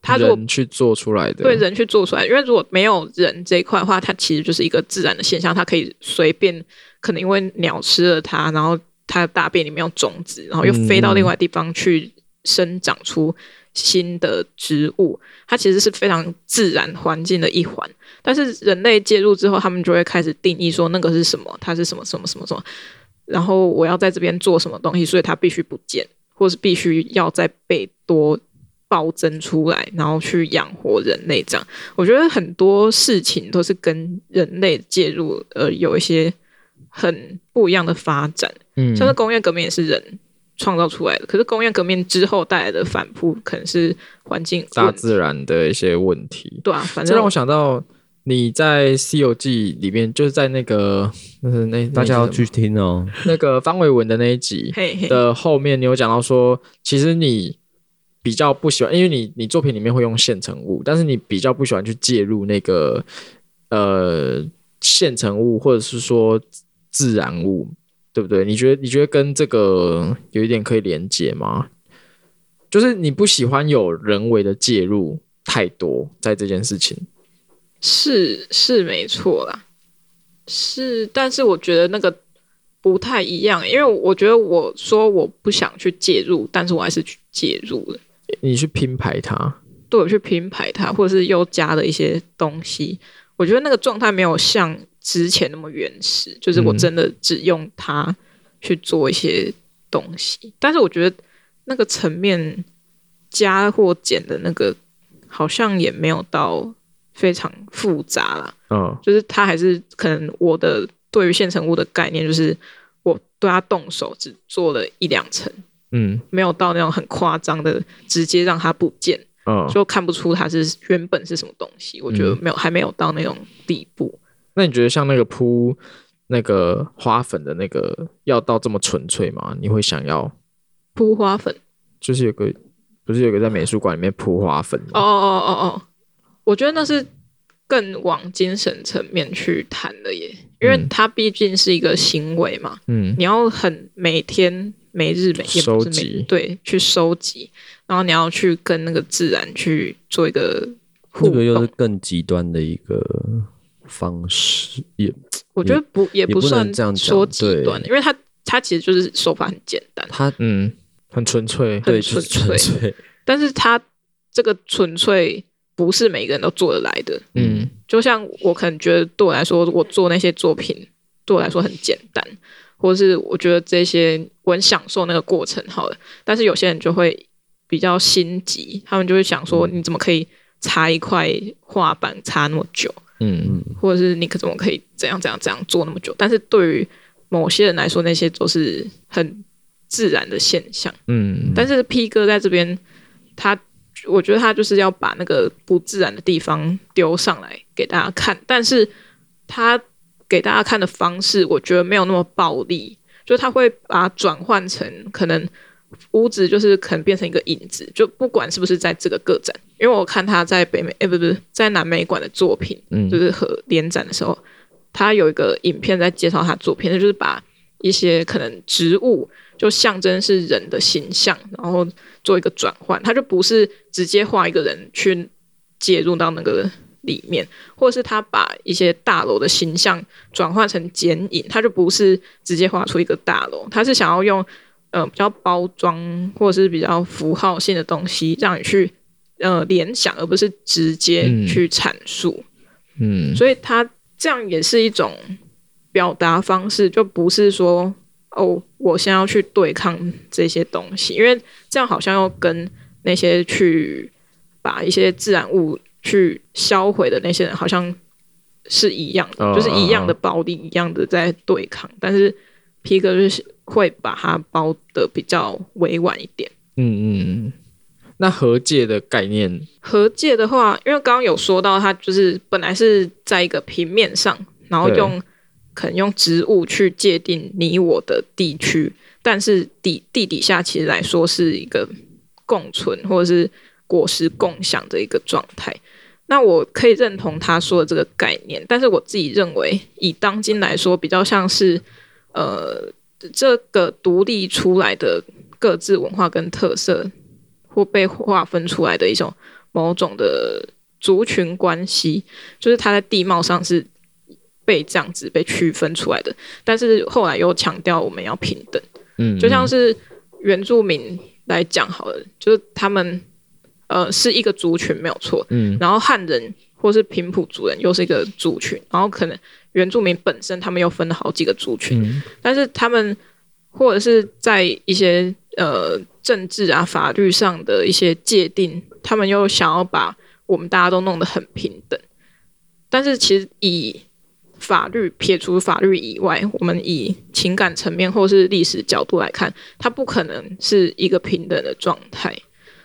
他如果人去做出来的，对人去做出来。因为如果没有人这一块的话，它其实就是一个自然的现象，它可以随便，可能因为鸟吃了它，然后它的大便里面有种子，然后又飞到另外地方去生长出新的植物，它其实是非常自然环境的一环。但是人类介入之后，他们就会开始定义说那个是什么，它是什么什么什么什么，然后我要在这边做什么东西，所以它必须不见，或是必须要再被多暴增出来，然后去养活人类。这样，我觉得很多事情都是跟人类介入呃有一些很不一样的发展，嗯像是工业革命也是人。创造出来的，可是工业革命之后带来的反扑，可能是环境大问题自然的一些问题。对啊，反这正让我想到你在《西游记》里面，就是在那个那是那大家要那一集去听哦。什么那个方伟文的那一集嘿嘿， 的后面，你有讲到说，其实你比较不喜欢，因为你你作品里面会用现成物，但是你比较不喜欢去介入那个呃。现成物或者是说自然物，对不对？你觉得你觉得跟这个有一点可以连接吗？就是你不喜欢有人为的介入太多在这件事情。是是没错啦，是，但是我觉得那个不太一样，因为我觉得我说我不想去介入，但是我还是去介入了，你去拼排它，对我去拼排它，或者是又加了一些东西，我觉得那个状态没有像之前那么原始，就是我嗯真的只用它去做一些东西，但是我觉得那个层面加或减的那个好像也没有到非常复杂啦。嗯就是他还是可能我的对于现成物的概念，就是我对他动手只做了一两层，嗯没有到那种很夸张的直接让它不见，嗯。就看不出它是原本是什么东西。我嗯觉得没有，还没有到那种地步。那你觉得像那个铺那个花粉的那个，要到这么纯粹吗？你会想要铺花粉，就是有个不是有个在美术馆里面铺花粉哦吗？哦哦嗯哦，我觉得那是更往精神层面去谈的耶，因为嗯它毕竟是一个行为嘛，嗯你要很每天每日每天收不是每集对，去收集，然后你要去跟那个自然去做一个互那个又动是。更极端的一个方式，也我觉得不也也不不能算这样讲说极对端，因为它它其实就是手法很简单，它嗯，很纯粹。对纯就是纯粹粹， 但是它这个纯粹不是每个人都做得来的。嗯就像我可能觉得对我来说，我做那些作品对我来说很简单，或是我觉得这些我很享受那个过程好了。但是有些人就会比较心急，他们就会想说，你怎么可以擦一块画板擦那么久，嗯或者是你可怎么可以怎样怎样怎样做那么久？但是对于某些人来说，那些都是很自然的现象。嗯，但是 P 哥在这边，他我觉得他就是要把那个不自然的地方丢上来给大家看，但是他给大家看的方式，我觉得没有那么暴力，就是他会把它转换成可能屋子就是可能变成一个影子，就不管是不是在这个个展，因为我看他在北美，哎、不不是在南美馆的作品，嗯就是和联展的时候，他有一个影片在介绍他作品，就是把一些可能植物就象征是人的形象，然后做一个转换，他就不是直接画一个人去介入到那个里面，或者是他把一些大楼的形象转换成剪影，他就不是直接画出一个大楼，他是想要用呃比较包装或者是比较符号性的东西，让你去呃联想，而不是直接嗯去阐述。嗯所以他这样也是一种表达方式，就不是说哦，我先要去对抗这些东西，因为这样好像要跟那些去把一些自然物去销毁的那些人好像是一样的，嗯就是一样的暴力，一样的在对抗。但是皮哥就是会把它包的比较委婉一点。嗯嗯嗯。那和界的概念，和界的话，因为刚刚有说到，它就是本来是在一个平面上，然后对用可能用植物去界定你我的地区，但是地地底下其实来说是一个共存或者是果实共享的一个状态。那我可以认同他说的这个概念，但是我自己认为，以当今来说，比较像是呃这个独立出来的各自文化跟特色或被划分出来的一种某种的族群关系，就是它在地貌上是被这样子被区分出来的，但是后来又强调我们要平等。嗯，就像是原住民来讲好了，就是他们呃是一个族群没有错，嗯然后汉人或是平埔族人又是一个族群，然后可能原住民本身他们又分了好几个族群，嗯但是他们或者是在一些呃政治啊、法律上的一些界定，他们又想要把我们大家都弄得很平等。但是其实以法律撇除法律以外，我们以情感层面或是历史角度来看，它不可能是一个平等的状态，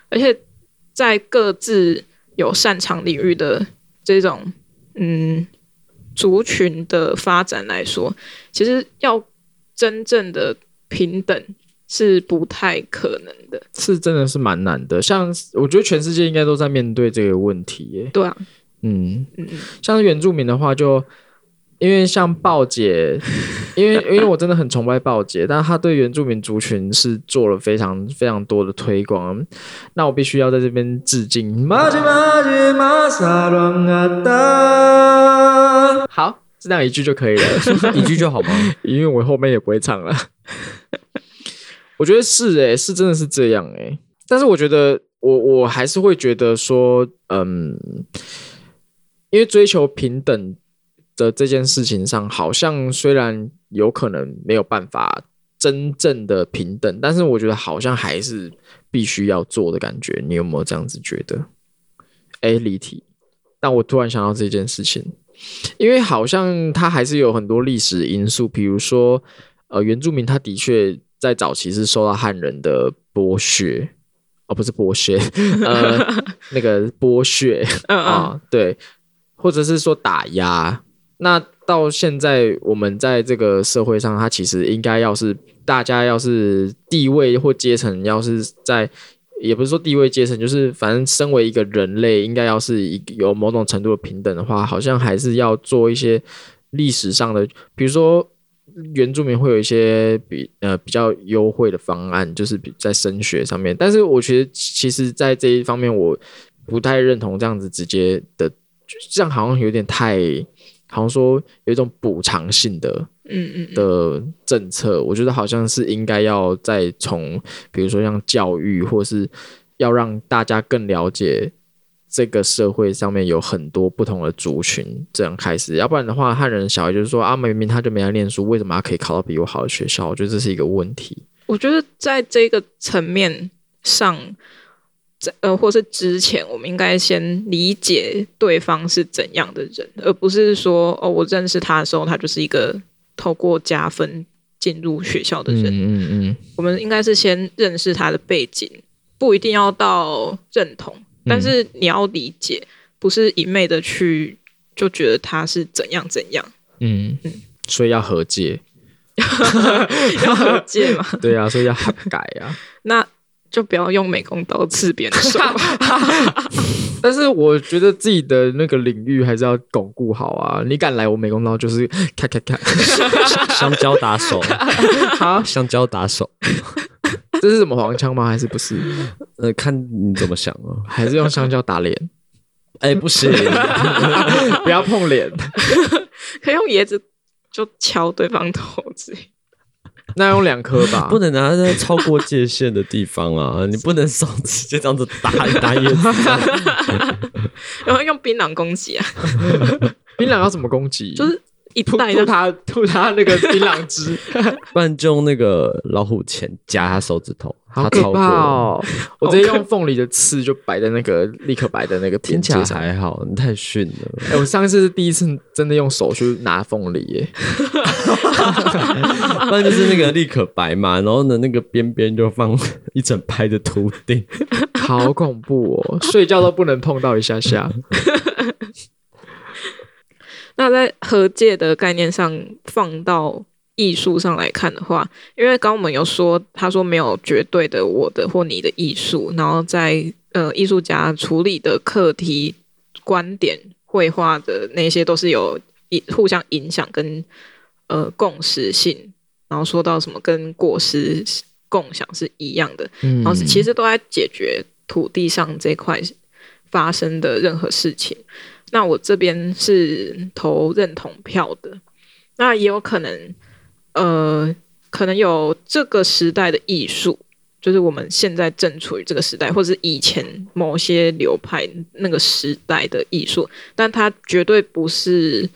而且在各自有擅长领域的这种嗯族群的发展来说，其实要真正的平等是不太可能的。是真的是蛮难的。像我觉得全世界应该都在面对这个问题耶。对啊，嗯嗯，像是原住民的话就，因为像豹姐，因为因为我真的很崇拜豹姐，但她对原住民族群是做了非常非常多的推广，那我必须要在这边致敬。 마지막에 사랑하다 好，这样一句就可以了，一句就好吗？因为我后面也不会唱了。 我觉得是诶、是真的是这样诶、但是我觉得我我还是会觉得说，嗯，因为追求平等的这件事情上，好像虽然有可能没有办法真正的平等，但是我觉得好像还是必须要做的感觉。你有没有这样子觉得？哎，离题。但我突然想到这件事情，因为好像它还是有很多历史因素，比如说，呃，原住民他的确在早期是受到汉人的剥削，哦，不是剥削，呃，那个剥削嗯嗯，啊，对，或者是说打压。那到现在，我们在这个社会上，它其实应该要是大家要是地位或阶层，要是在也不是说地位阶层，就是反正身为一个人类，应该要是一有某种程度的平等的话，好像还是要做一些历史上的，比如说。原住民会有一些比呃比较优惠的方案，就是比在升学上面。但是我觉得，其实，在这一方面，我不太认同这样子直接的，就这样好像有点太，好像说有一种补偿性的嗯嗯嗯，的政策，我觉得好像是应该要再从，比如说像教育，或是要让大家更了解这个社会上面有很多不同的族群，这样开始，要不然的话，汉人小孩就是说啊，明明他就没来念书，为什么他可以考到比我好的学校？我觉得这是一个问题。我觉得在这个层面上，在呃，或是之前，我们应该先理解对方是怎样的人，而不是说哦，我认识他的时候，他就是一个透过加分进入学校的嗯人。嗯嗯，我们应该是先认识他的背景，不一定要到认同，嗯但是你要理解，不是一昧的去就觉得他是怎样怎样，嗯，所以要和解，要和解嘛，对啊，所以要和改啊。 那就不要用美工刀刺别人的手吧。但是我觉得自己的那个领域还是要巩固好啊！你敢来我美工刀，就是咔 咔咔。香蕉打手，好，香蕉打手，这是什么黄腔吗？还是不是？呃，看你怎么想啊？还是用香蕉打 脸？哎，不行，不要碰脸。可以用椰子就敲对方头之类。那用两颗吧。 不能拿在超过界限的地方啊！你不能手直接这样子打打椰子，然后用槟榔攻击啊，槟榔要怎么攻击？就是一吐袋吐的，他吐他那个槟榔 汁，不然就用那个老虎钳夹他手指头，好他可超怕过。哦！我直接用凤梨的刺就摆在那个立刻摆在那个听边起界来上。还好，你太逊了。哎、我上次是第一次真的用手去拿凤梨 耶，不然就是那个立可白嘛， 然后呢，那个边边就放一整排的图钉，好恐怖哦！睡觉都不能碰到一下 下。那在和界的概念上放到艺术上来看的话，因为刚刚我们有说，他说没有绝对的我的或你的艺术，然后在呃艺术家处理的课题、观点、绘画的那些都是有一互相影响跟呃共识性，然后说到什么跟果实共享是一样的，嗯然后其实都在解决土地上这块发生的任何事情。那我这边是投认同票的，那也有可能，呃，可能有这个时代的艺术，就是我们现在正处于这个时代，或者是以前某些流派那个时代的艺术，但它绝对不是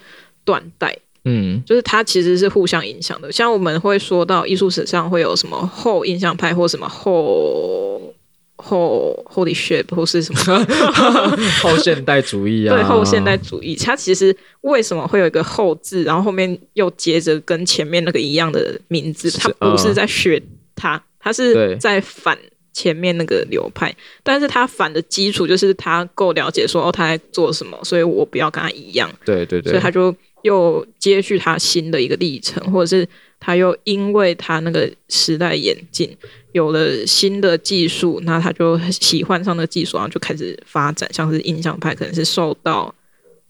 断代，嗯就是它其实是互相影响的。像我们会说到艺术史上会有什么后印象派或什么后后 Holy shit 或 是什么后现代主义啊，对后现代主义，它其实为什么会有一个后字，然后后面又接着跟前面那个一样的名字，是嗯它不是在学它，它对是在反。前面那个流派，但是它反的基础就是他够了解说哦他在做什么，所以我不要跟他一样，对对对，所以他就又接续他新的一个历程，嗯或者是他又因为他那个时代演进，有了新的技术，那他就喜欢上那个技术，然后就开始发展，像是印象派可能是受到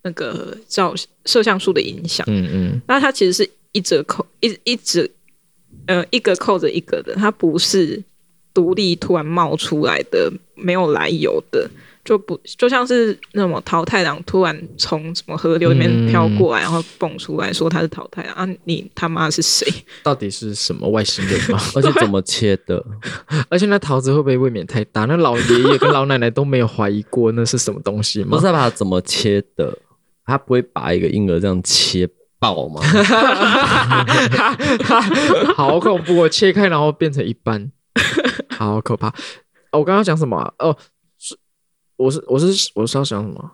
那个照摄像术的影响。嗯嗯，那它其实是一折扣一一直呃一个扣着一个的，它不是独立突然冒出来的，没有来由的，就不就像是那种淘汰狼突然从什么河流里面飘过来，然后蹦出来说它是淘汰狼啊，你他妈是谁？到底是什么外星人吗？ 而且怎么切的？而且那桃子会不会未免太大？那老爷爷跟老奶奶都没有怀疑过那是什么东西不吗是？把它怎么切的？他不会把一个婴儿这样切爆吗？ 好恐怖、哦！切开然后变成一半， 好可怕！哦、我刚刚讲什么啊、哦，是我是我是我是要讲什么啊？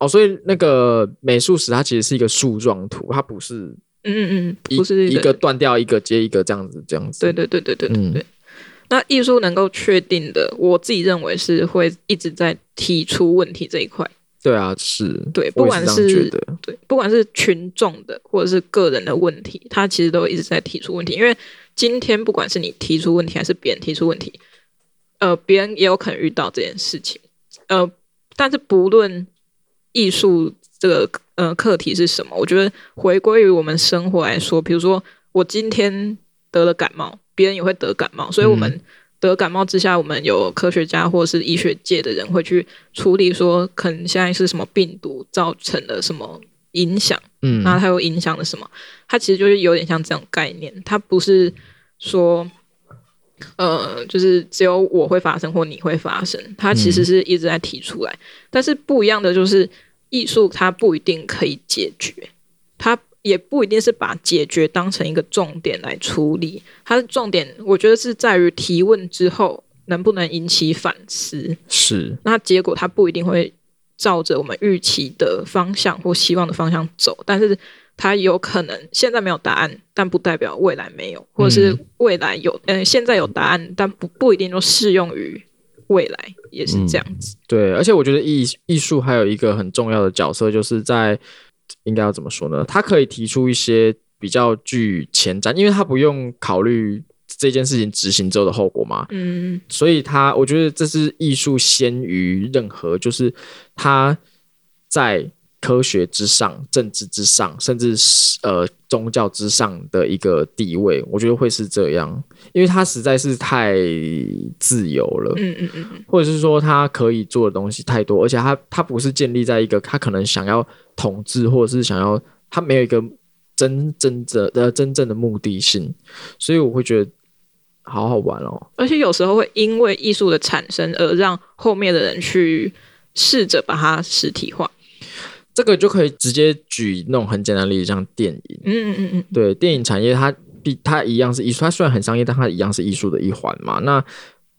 哦，所以那个美术史它其实是一个树状图，它不是嗯嗯 一嗯，不是一个断掉一个接一个这样子这样子。对对对对对对嗯对。那艺术能够确定的，我自己认为是会一直在提出问题这一块。对啊，是对我不也管是这是样觉得，对，不管是群众的或者是个人的问题，他其实都一直在提出问题。因为今天不管是你提出问题，还是别人提出问题，呃，别人也有可能遇到这件事情。呃，但是不论艺术这个呃课题是什么，我觉得回归于我们生活来说，比如说我今天得了感冒，别人也会得感冒，所以我们得感冒之下，我们有科学家或是医学界的人会去处理说，可能现在是什么病毒造成了什么影响，嗯然后它又影响了什么，它其实就是有点像这种概念，它不是说。呃，就是只有我会发生或你会发生，它其实是一直在提出来。但是不一样的就是，艺术它不一定可以解决，它也不一定是把解决当成一个重点来处理。它的重点，我觉得是在于提问之后能不能引起反思。是那结果它不一定会照着我们预期的方向或希望的方向走，但是它有可能现在没有答案，但不代表未来没有，或者是未来有，嗯、呃，现在有答案，但不不一定都适用于未来，也是这样子。对，而且我觉得艺艺术还有一个很重要的角色，就是在应该要怎么说呢？它可以提出一些比较具前瞻，因为它不用考虑这件事情执行之后的后果嘛，嗯所以它我觉得这是艺术先于任何，就是它在科学之上、政治之上，甚至是呃宗教之上的一个地位，我觉得会是这样，因为它实在是太自由了。嗯嗯嗯嗯，或者是说他可以做的东西太多，而且他他不是建立在一个他可能想要统治，或者是想要他没有一个真真正的呃真正的目的性，所以我会觉得好好玩哦。而且有时候会因为艺术的产生而让后面的人去试着把它实体化。这个就可以直接举那种很简单的例子，像电影，嗯嗯嗯嗯。对电影产业它必它一样是艺术，它虽然很商业，但它一样是艺术的一环嘛。那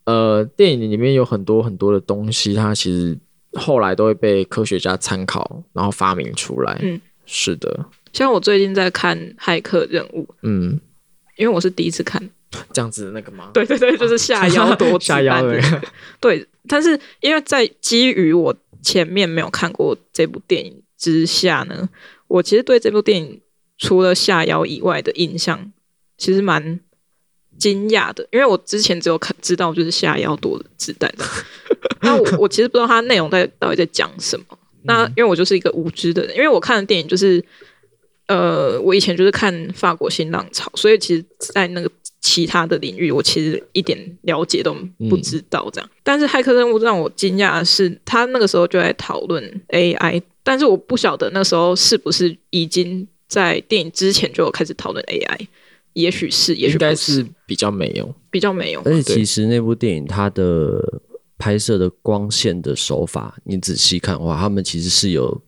呃，电影里面有很多很多的东西，它其实后来都会被科学家参考，然后发明出来。嗯，是的，像我最近在看《骇客任务》，嗯，因为我是第一次看。这样子的那个吗？对对对，就是下 腰 多子下腰弹的的。对，但是因为在基于我前面没有看过这部电影之下呢，我其实对这部电影除了下腰以外的印象，其实蛮惊讶的，因为我之前只有看知道就是下腰多子 弹的，那我我其实不知道它内容在到底在讲什么。那嗯因为我就是一个无知的人，因为我看的电影就是。呃，我以前就是看法国新浪潮，所以其实，在那个其他的领域，我其实一点了解都不知道这样。嗯但是《骇客任务》让我惊讶的是，他那个时候就在讨论 AI，但是我不晓得那时候是不是已经在电影之前就有开始讨论 AI，也许是，也许不应该是比较没有。比较没有。而且其实那部电影它的拍摄的光线的手法，你仔细看的话，他们其实是有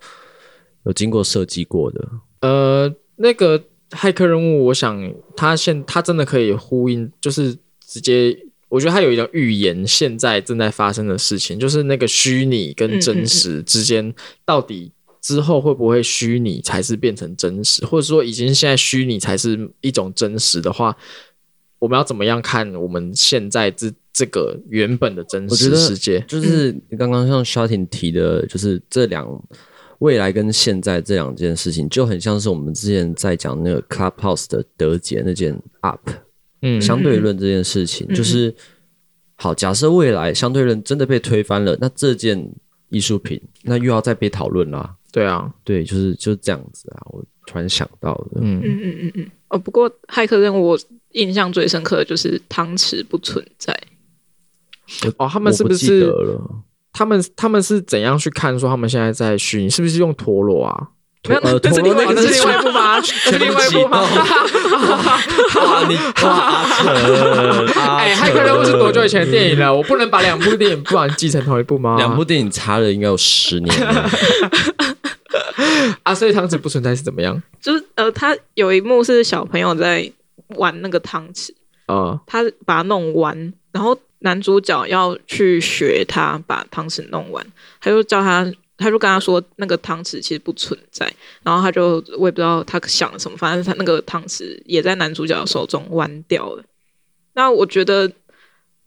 有经过设计过的。呃，那个骇客任务，我想他现他真的可以呼应，就是直接，我觉得他有一种预言现在正在发生的事情，就是那个虚拟跟真实之间到底。之后会不会虚拟才是变成真实， 或者说已经现在虚拟才是一种真实的话，我们要怎么样看我们现在这这个原本的真我觉实得世界？就是刚刚像 Shouting 提的，就是这两未来跟现在这两件事情，就很像是我们之前在讲那个 Clubhouse 的德杰那件 Up 嗯相对论这件事情，嗯就是好，假设未来相对论真的被推翻了，那这件艺术品那又要再被讨论啦。对啊，对，就是就是这样子啊，我突然想到的，嗯，嗯嗯嗯嗯。哦，不过骇客任务我印象最深刻的就是汤匙不存在，哦，他们是我不不记得是了？他们他们是怎样去看说他们现在在虚拟，是不是用陀螺啊？哦没有，那呃陀是螺另外那个那是是另外一部吗？是另外一部 吗？哇，你哇，扯，哎，骇客任务是多久以前的电影了？我不能把两部电影不然继承同一部吗？两部电影差了应该有十年了，啊，所以汤匙不存在是怎么样？就是呃，他有一幕是小朋友在玩那个汤匙，啊，他把它弄弯，然后男主角要去学他把汤匙弄弯，他就叫他，他就跟他说那个汤匙其实不存在，然后他就我也不知道他呃想了什么，反正他那个汤匙也在男主角手中弯掉了。那我觉得，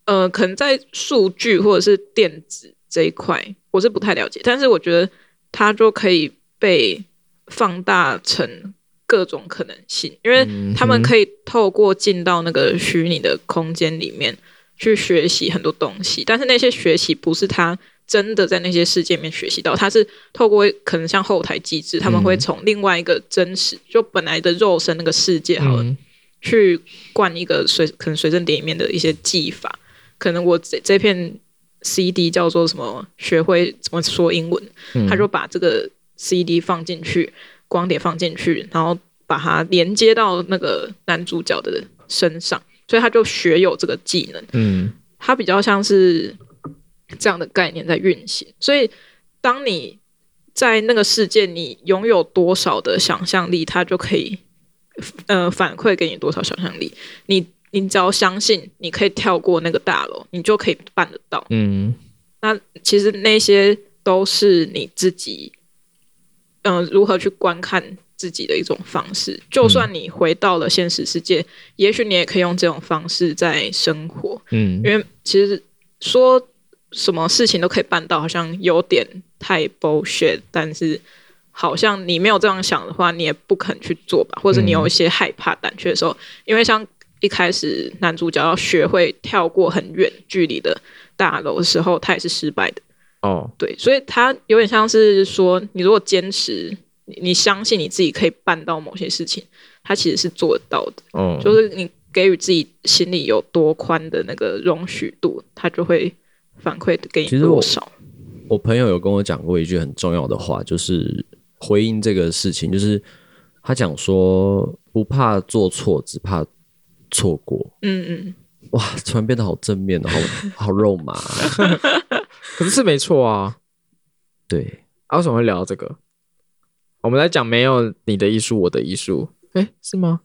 呃，可能在数据或者是电子这一块，我是不太了解，但是我觉得它就可以被放大成各种可能性，因为他们可以透过进到那个虚拟的空间里面去学习很多东西，但是那些学习不是他真的在那些世界里面学习到，他是透过可能像后台机制，他们会从另外一个真实，就本来的肉身那个世界好了，嗯去灌一个随可能随身碟里面的一些技法，可能我这这片 CD 叫做什么，学会怎么说英文，嗯他就把这个 CD 放进去，光碟放进去，然后把它连接到那个男主角的身上，所以他就学有这个技能。嗯，它比较像是这样的概念在运行。所以，当你在那个世界，你拥有多少的想象力，它就可以呃反馈给你多少想象力。你你只要相信你可以跳过那个大楼，你就可以办得到。嗯，那其实那些都是你自己，嗯、如何去观看自己的一种方式。就算你回到了现实世界，也许你也可以用这种方式在生活。嗯因为其实说什么事情都可以办到，好像有点太 bullshit，但是好像你没有这样想的话，你也不肯去做吧，或者你有一些害怕、胆怯的时候，因为像一开始男主角要学会跳过很远距离的大楼的时候，他也是失败的，哦，对，所以他有点像是说，你如果坚持，你你相信你自己可以办到某些事情，他其实是做得到的。哦，就是你给予自己心里有多宽的那个容许度，它就会反馈给其你实我多少。我朋友有跟我讲过一句很重要的话，就是回应这个事情，就是他讲说不怕做错，只怕错过。嗯嗯，哇，突然变得好正面哦，好好肉 麻、可是是没错啊。对，啊，为什么会聊到这个？我们在讲没有你的艺术，我的艺术，诶，是吗？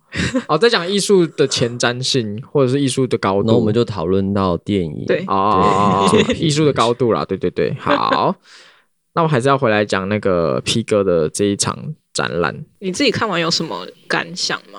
哦，在讲艺术的前瞻性，或者是艺术的高然度，后我们就讨论到电影，对哦哦，哦 哦艺术的高度啦，对对对，好。 那我还是要回来讲那个 P 哥的这一场展览。你自己看完有什么感想吗？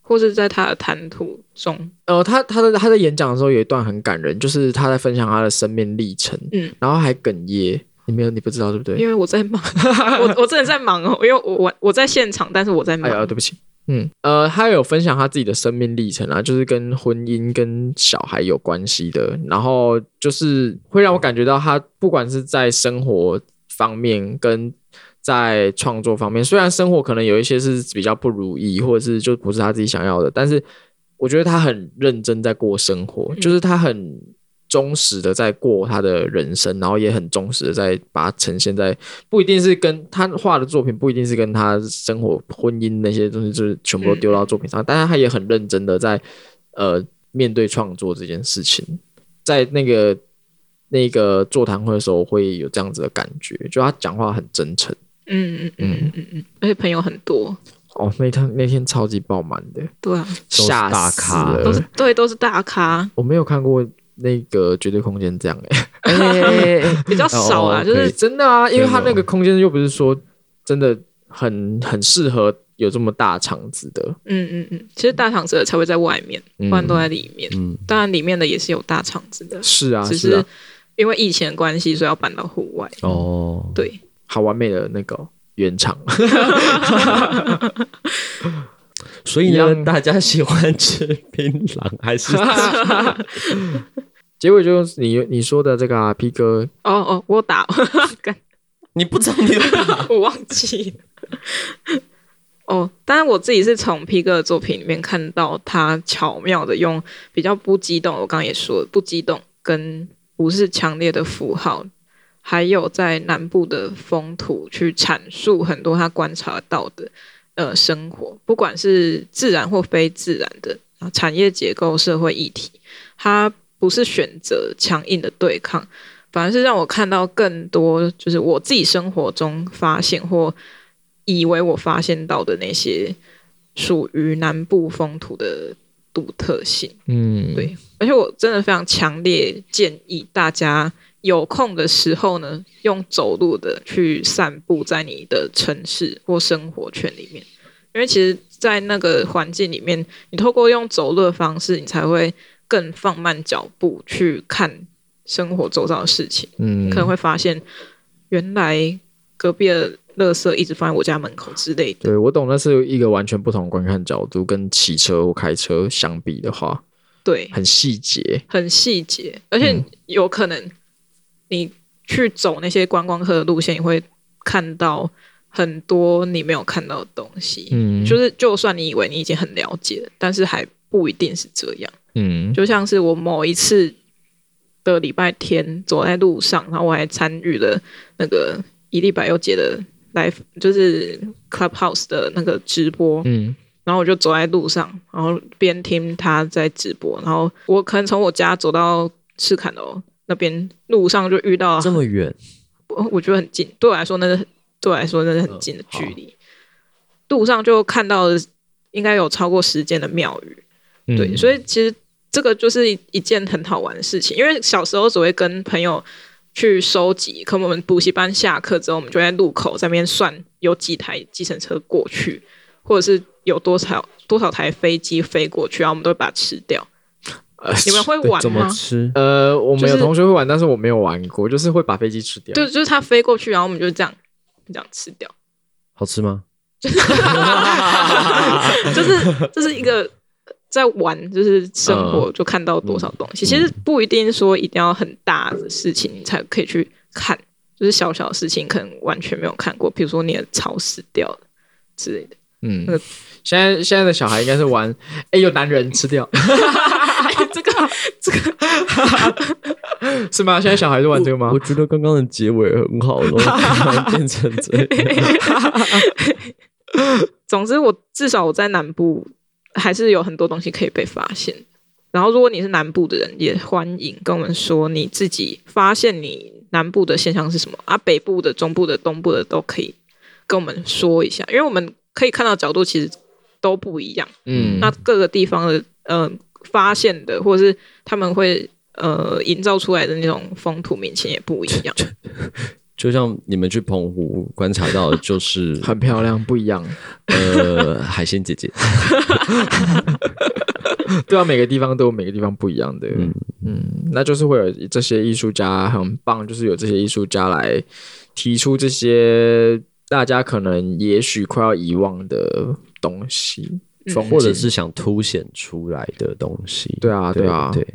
或是在他的谈吐中，呃，他他的他在演讲的时候有一段很感人，就是他在分享他的生命历程，嗯，然后还哽咽。你没有，你不知道对不对？因为我在忙， 我我真的在忙哦，因为我我我在现场，但是我在忙。哎呀，对不起。嗯，呃，他有分享他自己的生命历程啊，就是跟婚姻、跟小孩有关系的，然后就是会让我感觉到他不管是在生活方面跟在创作方面，虽然生活可能有一些是比较不如意，或者是就不是他自己想要的，但是我觉得他很认真在过生活，就是他很忠实的在过他的人生，然后也很忠实的在把它呈现在不一定是跟他画的作品，不一定是跟他生活、婚姻那些东西，就是全部都丢到作品上。但是他也很认真的在呃面对创作这件事情，在那个那个座谈会的时候，会有这样子的感觉，就他讲话很真诚。嗯嗯嗯嗯嗯嗯，而且朋友很多，哦，那天那天超级爆满的，对啊，都是吓大死咖了都是对，都是大咖，我没有看过那个绝对空间这样哎、比较少啊，哦就可是以真的啊，因为他真那的哦个空间又不是说真的很很适合有这么大场子的，嗯嗯嗯，其实大场子的才会在外面，嗯不然都在里面。嗯当然，里面的也是有大场子的，是啊，只是啊是，因为疫情的关系，所以要搬到户外。哦，对，好完美的那个哦原厂， 所以一呢样，大家喜欢吃槟榔还是结果就是你你说的这个啊，P 哥哦哦，我打，干你不知道你在哪 我忘记了。哦，当然我自己是从皮哥的作品里面看到他巧妙的用比较不激动，我刚刚也说了不激动跟不是强烈的符号，还有在南部的风土去阐述很多他观察到的呃生活，不管是自然或非自然的啊产业结构、社会议题，他不是选择强硬的对抗，反而是让我看到更多，就是我自己生活中发现或以为我发现到的那些属于南部风土的独特性。嗯，对，而且我真的非常强烈建议大家有空的时候呢，用走路的去散步在你的城市或生活圈里面，因为其实，在那个环境里面，你透过用走路的方式，你才会更放慢脚步去看生活周遭的事情。嗯，可能会发现，原来隔壁的垃圾一直放在我家门口之类的。对我懂，那是一个完全不同的观看角度，跟骑车或开车相比的话，对，很细节。很细节，而嗯且有可能你去走那些观光客的路线，你会看到很多你没有看到的东西。嗯，就是就算你以为你已经很了解了，但是还不一定是这样。嗯，就像是我某一次的礼拜天走在路上，然后我还参与了那个伊利百优节的 live，就是 Clubhouse 的那个直播。嗯然后我就走在路上，然后边听他在直播，然后我可能从我家走到赤坎楼那边，路上就遇到这么嗯远，我我觉得很近，对我来说那是对我来说那是很近的距离。路上就看到了应该有超过十间的庙宇，嗯，对，所以其实这个就是一一件很好玩的事情，因为小时候只会跟朋友去收集，可能我们补习班下课之后，我们就在路口在那边算有几台计程车过去，或者是有多少多少台飞机飞过去，然后我们都会把它吃掉。呃你们会对玩怎么吗吃？呃，我们有就是同学会玩，但是我没有玩过，就是会把飞机吃掉。对，就是它飞过去，然后我们就这样这样吃掉。好吃吗？ 就是这是一个呃在玩，就是生活就看到多少东西。其实不一定说一定要很大的事情你才可以去看，就是小小的事情可能完全没有看过，比如说你的草死掉了之类的。嗯那个，现在现在的小孩应该是玩，哎，有男人吃掉哎，这个这个 是吗？现在小孩是玩这个吗我？觉得刚刚的结尾很 好咯，突然变成这样。总之，我至少我在南部还是有很多东西可以被发现。然后，如果你是南部的人，也欢迎跟我们说你自己发现你南部的现象是什么啊，北部的、中部的、东部的都可以跟我们说一下，因为我们可以看到角度其实都不一样。嗯，那各个地方的呃发现的，或者是他们会呃营造出来的那种风土民情也不一样。就像你们去澎湖观察到，的就是 很漂亮，不一样。呃海鲜姐姐，对啊，每个地方都有每个地方不一样的，嗯嗯那就是会有这些艺术家很棒，就是有这些艺术家来提出这些大家可能也许快要遗忘的东西，风景或者是想凸显出来的东西。对啊对啊对，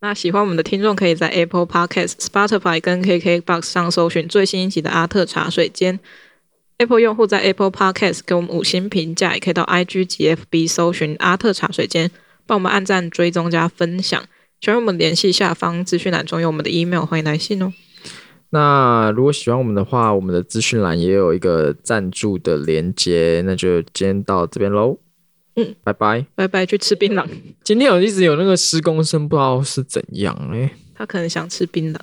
那喜欢我们的听众可以在 Apple Podcast、Spotify 跟 KKBox 上搜寻最新一期的阿特茶水间。Apple 用户在 Apple Podcast 给我们五星评价，也可以到 IG 及 FB 搜寻阿特茶水间，帮我们按赞、追踪加分享。想与我们联系，下方资讯栏中有我们的 email，欢迎来信哦。那如果喜欢我们的话，我们的资讯栏也有一个赞助的连接，那就今天到这边喽，嗯，拜拜。拜拜，去吃槟榔，今天有一直有那个施工声，不知道是怎样哎、他可能想吃槟榔。